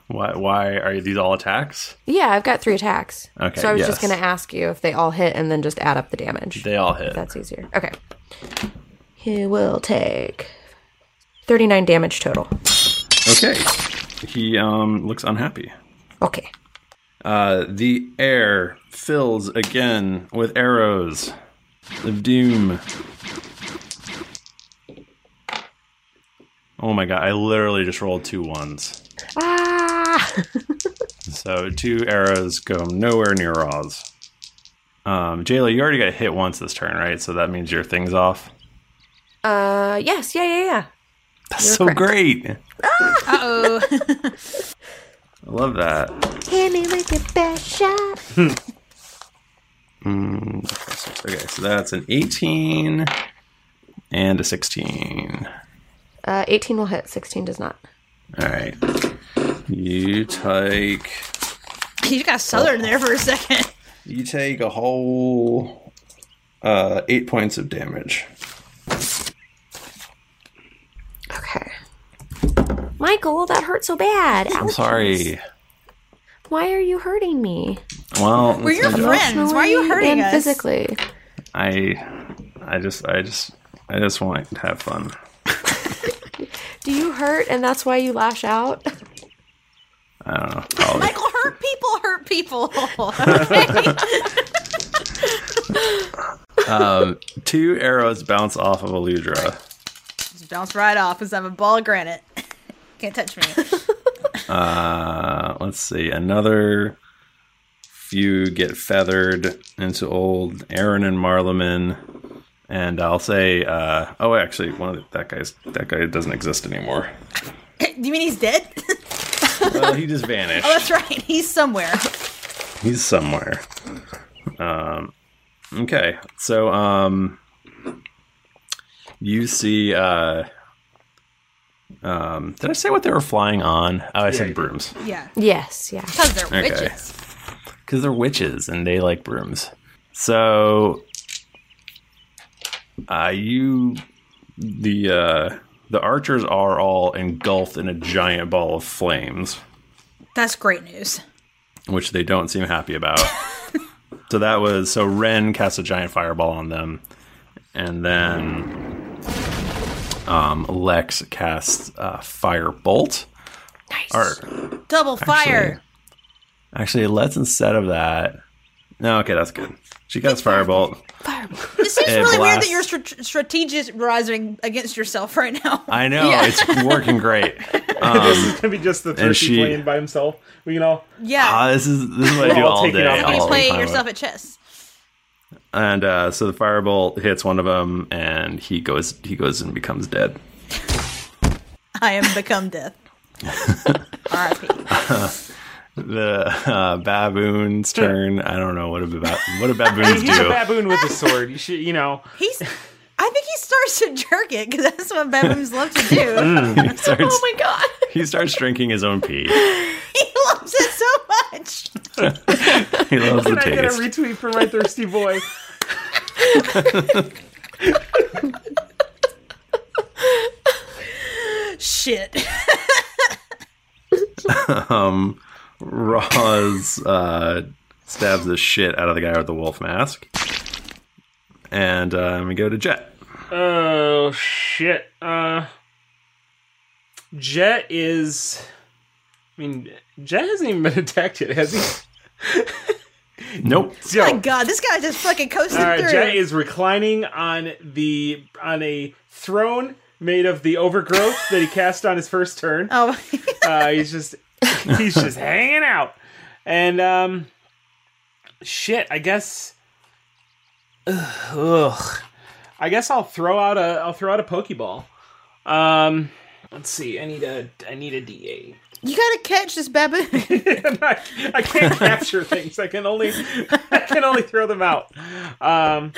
A: Why? Why are these all attacks?
B: Yeah, I've got three attacks.
A: Okay,
B: So I was just
A: yes.
B: going to ask you if they all hit and then just add up the damage.
A: They all hit.
B: That's easier. Okay. He will take 39 damage total.
A: Okay. He um looks unhappy.
B: Okay.
A: Uh, the air fills again with arrows of doom. Oh my god! I literally just rolled two ones.
B: Ah!
A: So two arrows go nowhere near Roz. Um, Jayla, you already got hit once this turn, right? So that means your thing's off.
B: Uh, yes. Yeah, yeah, yeah.
A: That's so great. I
B: Uh oh.
A: love that.
B: Hit me with your best shot.
A: Mm, six. okay, so that's an 18 and a 16.
B: Uh, 18 will hit, 16 does not.
A: All right. You take
C: You got southern there for a second.
A: you take a whole uh 8 points of damage.
B: Michael, that hurt so bad.
A: I'm
B: Ouch.
A: sorry.
B: Why are you hurting me?
A: Well, it's my job.
C: friends. Why are you
B: Emotionally
C: hurting
B: and
C: us?
B: Physically.
A: I I just I just I just want to have fun.
B: Do you hurt and that's why you lash out?
A: I don't know. Probably.
C: Michael, hurt people hurt people. Okay.
A: um, two arrows bounce off of Aludra.
C: Just bounce right off because I'm a ball of granite. Can't touch me.
A: Uh, let's see. Another few get feathered into old Aaron and Marleman. And I'll say, uh, oh, actually, one of the, that guy's that guy doesn't exist anymore.
C: Do you mean he's dead?
A: Well, he just
C: Oh,
A: vanished.
C: that's right. He's somewhere.
A: He's somewhere. Um, okay, so um, you see, uh, um, did I say what they were flying on? Oh, I said brooms.
C: Yeah.
B: Yes, yeah.
C: Because they're
A: Okay.
C: witches.
A: because they're witches and they like brooms. So, uh, you the uh, the archers are all engulfed in a giant ball of flames,
C: That's great news.
A: which they don't seem happy about. so that was so Ren cast a giant fireball on them, and then um, Lex casts uh, firebolt. Nice.
C: Double fire.
A: Actually, let's instead of that. No, okay, that's good. She got firebolt.
C: This seems
A: It
C: really weird that
A: blasts.
C: you're str- strategizing against yourself right now.
A: I know it's working great.
D: this is gonna be just the
A: and
D: thirsty
A: she-
D: playing by himself. We can all
C: Yeah.
A: Ah, this is this is what
D: We're
A: I do
D: all
A: all
D: taking
A: day.
D: off
C: You're
A: all the
C: playing
A: time.
C: yourself at chess.
A: And uh, so the firebolt hits one of them, and he goes he goes and becomes dead.
C: I am become death. R.I.P.
A: the uh, baboon's turn. I don't know what a bab- what do baboons
D: He's a
A: do.
D: baboon with a sword. You should, you know.
C: He's. I think he starts to jerk it because that's what baboons love to do.
A: Mm, he starts-
C: oh my god,
A: He starts drinking his own pee.
C: he loves it so much.
A: He loves the
D: Can I get a
A: taste.
D: retweet for my thirsty boy?
C: Shit.
A: um, Roz uh, stabs the shit out of the guy with the wolf mask, and um, we go to Jet.
D: Oh shit. Uh Jet is I mean Jet hasn't even been attacked yet, has he?
A: nope.
C: Oh my god, this guy just fucking coasted
D: All right,
C: through.
D: Jet is reclining on the on a throne made of the overgrowth that he cast on his first turn.
C: Oh,
D: uh, he's just he's just hanging out, and um, shit. I guess. Ugh. I guess I'll throw out a I'll throw out a pokeball. Um, let's see. I need a I need a DA.
C: you gotta catch this baboon.
D: I can't capture things. I can only I can only throw them out. Um,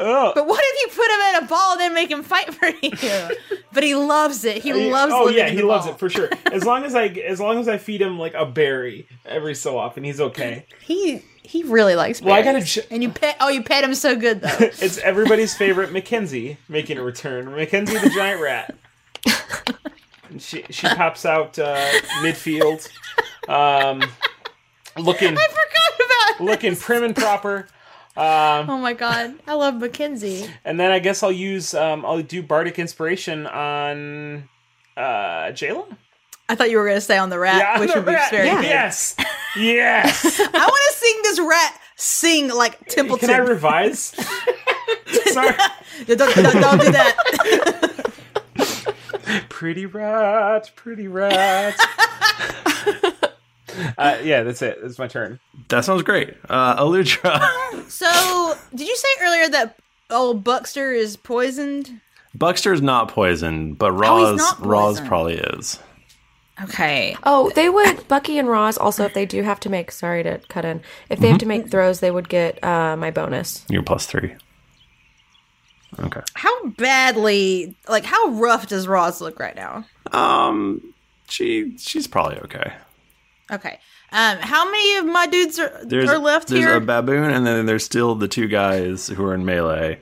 D: Ugh.
C: But what if you put him in a ball and then make him fight for you? but he loves it. He
D: Yeah,
C: loves
D: Oh
C: living
D: yeah,
C: in
D: he
C: the
D: loves
C: ball.
D: it for sure. As long as I as long as I feed him like a berry every so often, he's okay.
C: He he really likes
D: Well, I
C: berries.
D: gotta
C: and you pet oh you pet him so good though.
D: It's everybody's favorite Mackenzie making a return. Mackenzie the giant rat. And she she pops out uh, midfield, um, looking
C: I forgot about
D: looking prim and proper. Um,
C: Oh my god. I love Mackenzie.
D: And then I guess I'll use um, I'll do bardic inspiration on uh, Jalen.
C: I thought you were gonna stay on the rat,
D: Yeah, on
C: which
D: the
C: would be
D: rat.
C: very
D: Yeah.
C: good.
D: Yes. Yes.
C: I wanna sing this rat sing like Templeton.
D: Can I revise? Sorry.
C: don't, don't- don't do that.
D: Pretty rat, pretty rat. uh, yeah, that's it. That's my turn.
A: That sounds great. Uh, Aludra.
C: So did you say earlier that old Buckster is poisoned?
A: Buckster's not poisoned, but
C: Oh,
A: Roz
C: he's not
A: Roz
C: poisoned.
A: probably is.
C: Okay.
B: Oh, they would Bucky and Roz also if they do have to make sorry to cut in. If they have
A: Mm-hmm.
B: to make throws, they would get uh, my bonus.
A: You're plus three. Okay.
C: How badly like how rough does Roz look right now?
A: Um, she she's probably okay.
C: Okay. Um how many of my dudes are,
A: There's
C: are left
A: there's
C: here?
A: a baboon, and then there's still the two guys who are in melee.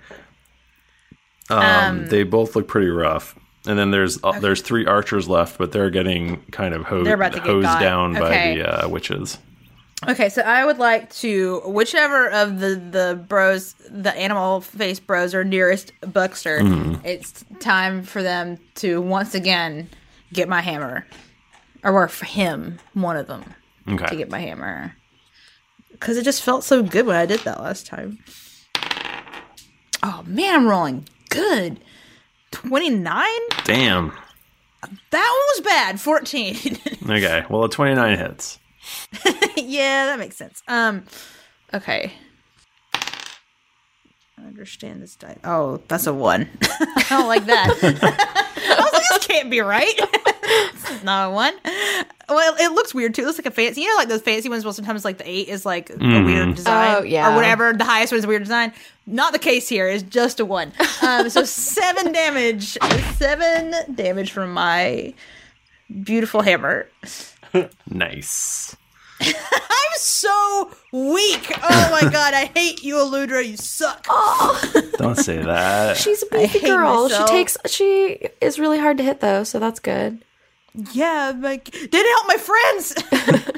A: Um,
C: Um,
A: they both look pretty rough, and then there's uh, there's three archers left, but they're getting kind of ho-
C: They're about to get
A: hosed
C: got.
A: down
C: Okay.
A: by the uh, witches.
C: Okay, so I would like to whichever of the the bros, the animal face bros, are nearest Buckster.
A: Mhm.
C: It's time for them to once again get my hammer, or for him, one of them,
A: Okay.
C: to get my hammer. Because it just felt so good when I did that last time. Oh man, I'm rolling good. Twenty nine.
A: Damn.
C: That one was bad. Fourteen.
A: Okay. Well, a twenty nine hits.
C: yeah, that makes sense. Um, okay. I understand this diet. Oh, that's a one. I don't like that. I was like, this can't be right. this is not a one. Well, it looks weird too. It looks like a fancy, you know, like those fancy ones. Well, sometimes like the eight is like a
H: Mhm.
C: weird design,
B: Oh, yeah.
C: or whatever. The highest one is a weird design. Not the case here. It's just a one. Um, so seven damage. Seven damage from my beautiful hammer.
A: Nice.
C: I'm so weak. Oh my god, I hate you, Aludra. You suck.
A: Don't say that.
B: She's a
C: I
B: beefy
C: hate
B: girl.
C: myself.
B: She takes she is really hard to hit though, so that's good.
C: Yeah, like didn't help my friends.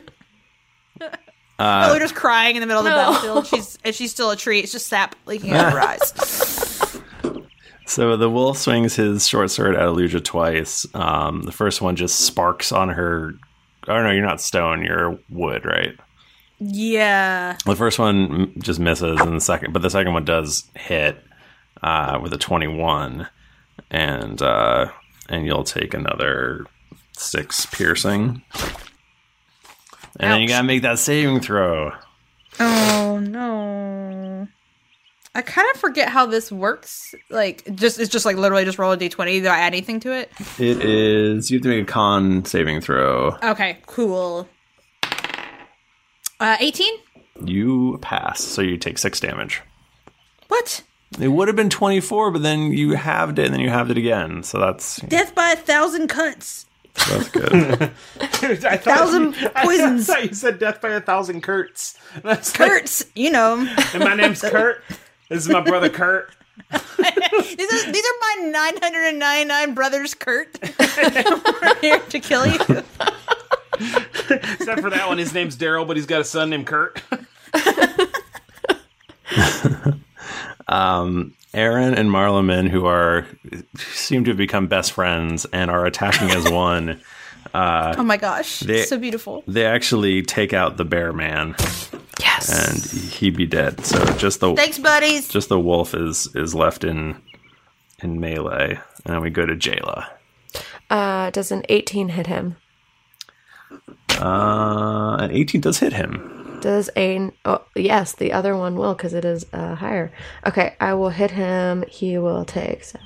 A: Uh,
C: Aludra's crying in the middle of the
B: No.
C: battlefield. She's and she's still a tree. It's just sap leaking out of her eyes.
A: So the wolf swings his short sword at Aluja twice. Um, the first one just sparks on her. Oh no, you're not stone. You're wood, right?
C: Yeah.
A: The first one m- just misses, and the second, but the second one does hit uh, with a twenty-one, and uh, and you'll take another six piercing, and then you gotta make that saving throw.
C: Oh no. I kind of forget how this works. Like, just it's just like literally just roll a d twenty. Do I add anything to it?
A: It is you have to make a con saving throw.
C: Okay, cool. Uh, eighteen.
A: You pass, so you take six damage.
C: What?
A: It would have been 24, but then you halved it and then you halved it again. So that's
C: Death by a thousand cuts.
A: that's good.
D: Dude, I thought
C: Thousand
D: you, I
C: poisons.
D: thought you said death by a thousand Kurtz. That's
C: Kurtz, you know.
D: and my name's Kurt. This is my brother Kurt.
C: these are these are my 999 brothers, Kurt. We're here to kill you.
D: Except for that one, his name's Daryl, but he's got a son named Kurt.
A: um, Aaron and Marleman, who are seem to have become best friends and are attacking as one. Uh,
C: Oh my gosh,
A: they-
C: so beautiful.
A: They actually take out the bear man. Yes, and he'd be dead. So just the
C: Thanks, buddies.
A: just the wolf is is left in in melee, and then we go to Jayla.
B: Uh does an eighteen hit him?
A: Uh, an 18 does hit him.
B: Does a oh yes, the other one will because it is uh, higher. Okay, I will hit him. He will take so.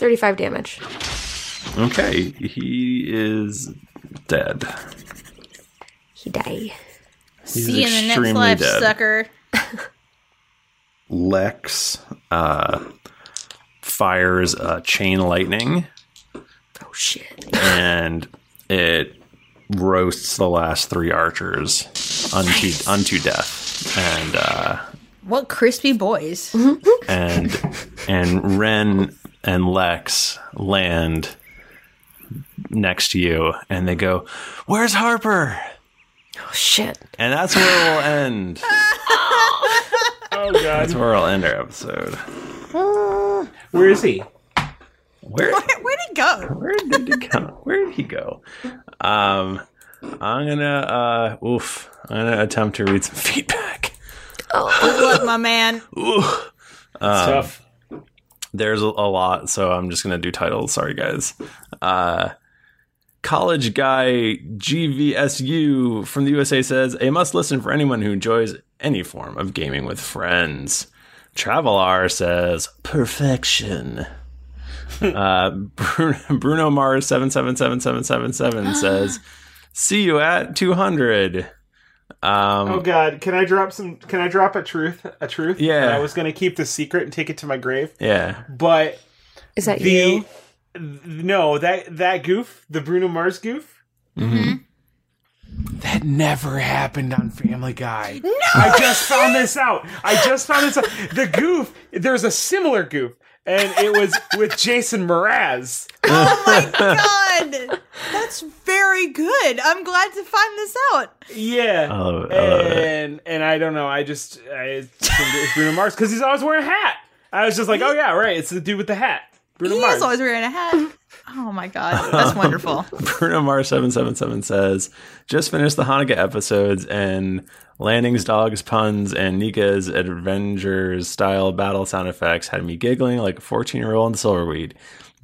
B: thirty-five damage.
A: Okay, he is dead.
B: He died.
A: He's
C: See you in the next
A: extremely
C: life,
A: dead.
C: sucker.
A: Lex uh, fires uh, chain lightning.
B: Oh shit!
A: And it roasts the last three archers unto unto death, and uh,
C: What crispy boys.
A: and and Ren and Lex land next to you, and they go, "Where's Harper?"
B: Oh shit!
A: And that's where we'll end.
D: Oh god.
A: That's where I'll end our episode.
D: Where is
A: Um,
D: he?
A: Where
C: Where'd he go?
A: Where did he go? Where did he go? Um, I'm gonna uh, oof. I'm gonna attempt to read some feedback.
C: Good luck, my man.
A: Um,
C: tough.
A: There's a, a lot, so I'm just gonna do titles. Sorry, guys. Uh, college guy GVSU from the USA says a must listen for anyone who enjoys any form of gaming with friends. Travelar says perfection. uh, Bruno, Bruno Mars seven seven seven seven seven seven says, "See you at 200." Um,
D: oh god, can I drop some can I drop a truth? A truth?
A: Yeah.
D: And I was gonna keep the secret and take it to my grave.
A: Yeah.
D: But
B: Is that
D: the
B: you?
D: th- no, that that goof, the Bruno Mars goof.
A: Mm-hmm.
D: Mm-hmm.
E: That never happened on Family Guy.
D: No! I just found this out. I just found this out. The goof, there's a similar goof, and it was with Jason Mraz.
C: Oh my god! That's very good. I'm glad to find this out.
D: Yeah.
A: I love it, I love it.
D: and and I don't know. I just I assumed it was Bruno Mars because he's always wearing a hat. I was just like, oh yeah, right. It's the dude with the hat. Bruno
C: he
D: Mars.
C: is always wearing a hat. Oh my god, that's wonderful.
A: Bruno Mars seven seven seven says, "Just finished the Hanukkah episodes and Landing's dogs puns and Nika's Avengers style battle sound effects had me giggling like a fourteen year old in Silverweed.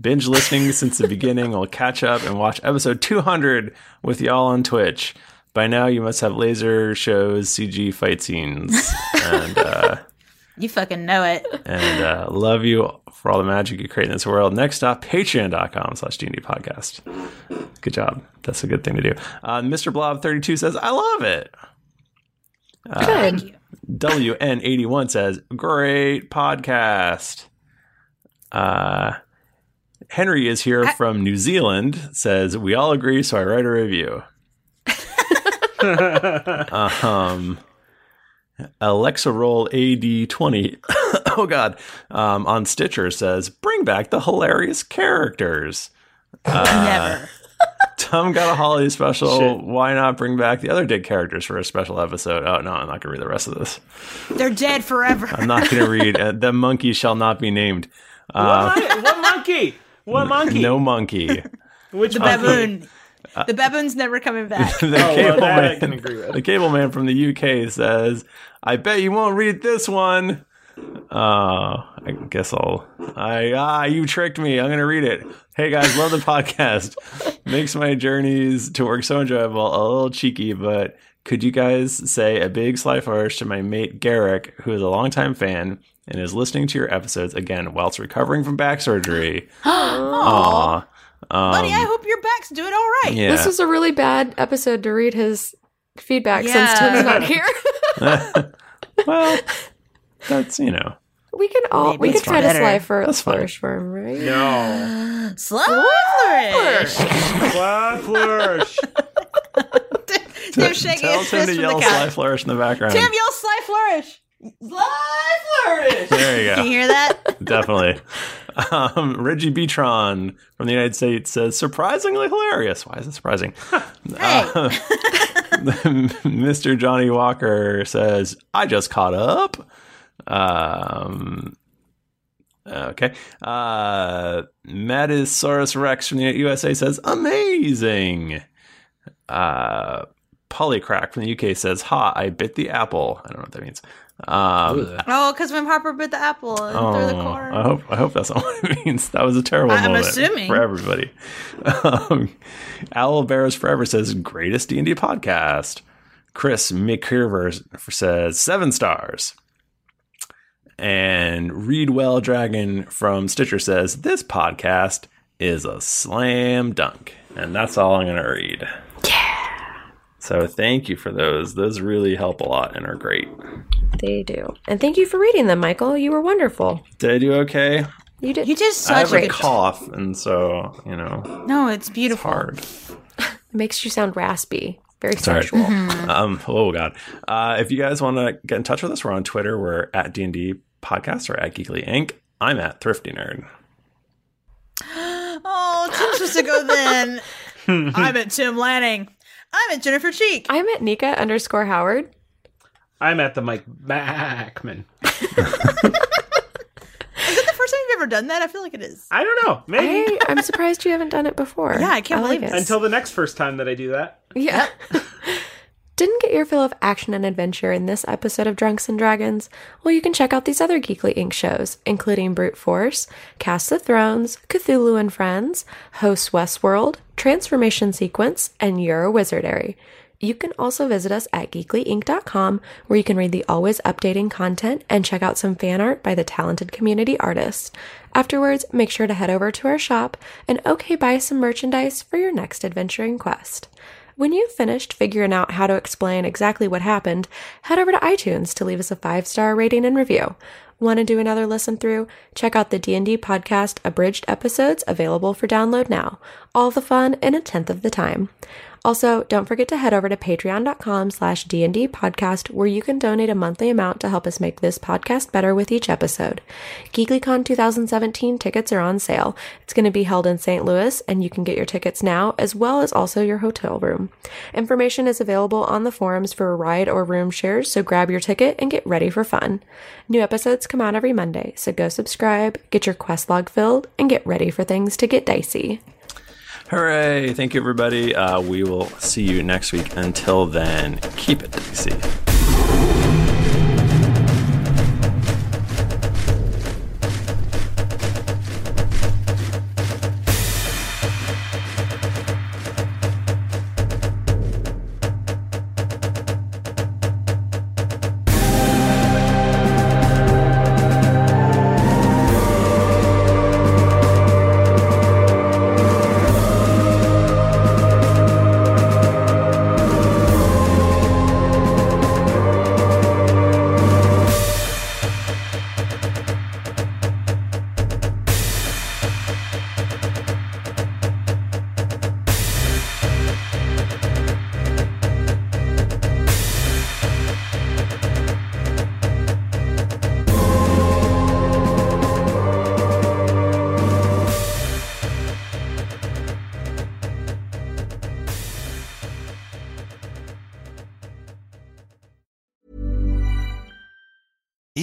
A: Binge listening since the beginning. I'll catch up and watch episode two hundred with y'all on Twitch. By now, you must have laser shows, CG fight scenes, and." Uh,
C: You fucking know it.
A: and uh, love you for all the magic you create in this world. Next stop, patreon.com slash D&D podcast. Good job. That's a good thing to do. Uh, Mr. Blob32 says, I love it. Uh,
B: Good.
A: WN81 says, great podcast. Uh, Henry is here from New Zealand, says, we all agree, so I write a review. um, Alexa roll AD20. oh, God. Um, on Stitcher says, bring back the hilarious characters. Never. Tom got a holiday special.
C: Shit.
A: Why not bring back the other dead characters for a special episode? Oh, no, I'm not going to read the rest of this.
C: They're dead forever.
A: I'm not going to read. Uh, the monkey shall not be named. Uh,
D: What mon- what monkey? What monkey?
A: No monkey.
D: Which
C: the
A: monkey?
C: baboon.
A: Uh,
C: the baboon's never coming back.
A: the cable man, The cable man from the UK says, "I bet you won't read this one." Oh, I guess I'll. I ah, you tricked me. I'm gonna read it. Hey guys, love the podcast. Makes my journeys to work so enjoyable. A little cheeky, but could you guys say a big sly flourish to my mate Garrick, who is a longtime fan and is listening to your episodes again whilst recovering from back surgery?
C: Aw.
A: Aw. Um,
C: Buddy, I hope your back's doing all right.
A: Yeah.
B: This was a really bad episode to read his feedback
C: Yeah.
B: since Tim's not here.
A: well, that's you know.
B: we can all
A: Maybe
B: we can
A: it's
B: try to
A: better.
B: slide for
A: That's fine.
B: flourish for him, right?
A: No.
C: Slow flourish.
D: Slow flourish.
C: Tim shaking
A: Tell
C: his
A: Tim
C: fist
A: to
C: from
A: yell
C: the
A: "Sly
C: couch.
A: Flourish" in the background.
C: Tim, yell sly flourish. Sly flourish.
A: There you go.
C: Can you hear that?
A: Definitely. Um, Reggie Beatron from the United States says, surprisingly hilarious. Why is it surprising? Uh, Mr. Johnny Walker says, I just caught up. Um, okay. Uh, Matisaurus Rex from the USA says, amazing. Uh, Polycrack from the UK says, ha, I bit the apple. I don't know what that means. Um,
C: Oh, because when Harper bit the apple through the
A: Oh,
C: corn.
A: I hope I hope that's not what it means. That was a terrible
C: I- I'm
A: moment
C: assuming.
A: for everybody. Um, Owl Bears Forever says greatest D and D podcast. Chris McCurver says seven stars. And Read Well Dragon from Stitcher says this podcast is a slam dunk, and that's all I'm going to read. Yeah. So thank you for those. Those really help a lot and are great.
B: They do. And thank you for reading them, Michael. You were wonderful.
I: Did I do okay?
B: You did.
C: You just
I: I have
C: such
I: a
C: a good
I: cough, and so you know,
C: No, it's beautiful.
I: hard.
B: Makes you sound raspy. Very
I: It's all right.
B: sexual.
I: Um, oh god. Uh, if you guys want to get in touch with us, we're on Twitter. We're at D and D Podcast or at Geekly Inc. I'm at Thrifty Nerd.
C: Oh, Tim's supposed to go then.
A: Hmm.
C: I'm at Tim Lanning. I'm at Jennifer Cheek.
B: I'm at Nika underscore Howard.
D: I'm at the Mike Mackman.
C: Is it the first time you've ever done that? I feel like it is.
D: I don't know. Maybe.
B: I, am surprised you haven't done it before.
C: Yeah, I can't believe
B: it.
D: Until the next first time that I do that.
B: Yeah. Didn't get your fill of action and adventure in this episode of Drunks and Dragons? Well, you can check out these other Geekly Inc. shows, including Brute Force, Cast of Thrones, Cthulhu and Friends, Host Westworld, Transformation Sequence, and Euro Wizardary. You can also visit us at geeklyinc.com, where you can read the always updating content and check out some fan art by the talented community artists. Afterwards, make sure to head over to our shop and okay buy some merchandise for your next adventuring quest. When you've finished figuring out how to explain exactly what happened, head over to iTunes to leave us a five-star rating and review. Want to do another listen through? Check out the D&D podcast abridged episodes available for download now. All the fun in a tenth of the time. Also, don't forget to head over to patreon.com slash D&D podcast where you can donate a monthly amount to help us make this podcast better with each episode. GeeklyCon 2017 tickets are on sale. It's going to be held in St. Louis and you can get your tickets now as well as also your hotel room. Information is available on the forums for ride or room shares, so grab your ticket and get ready for fun. New episodes come out every Monday, so go subscribe, get your quest log filled, and get ready for things to get dicey.
I: Hooray! Thank you, everybody. Uh, we will see you next week. Until then, keep it dicey.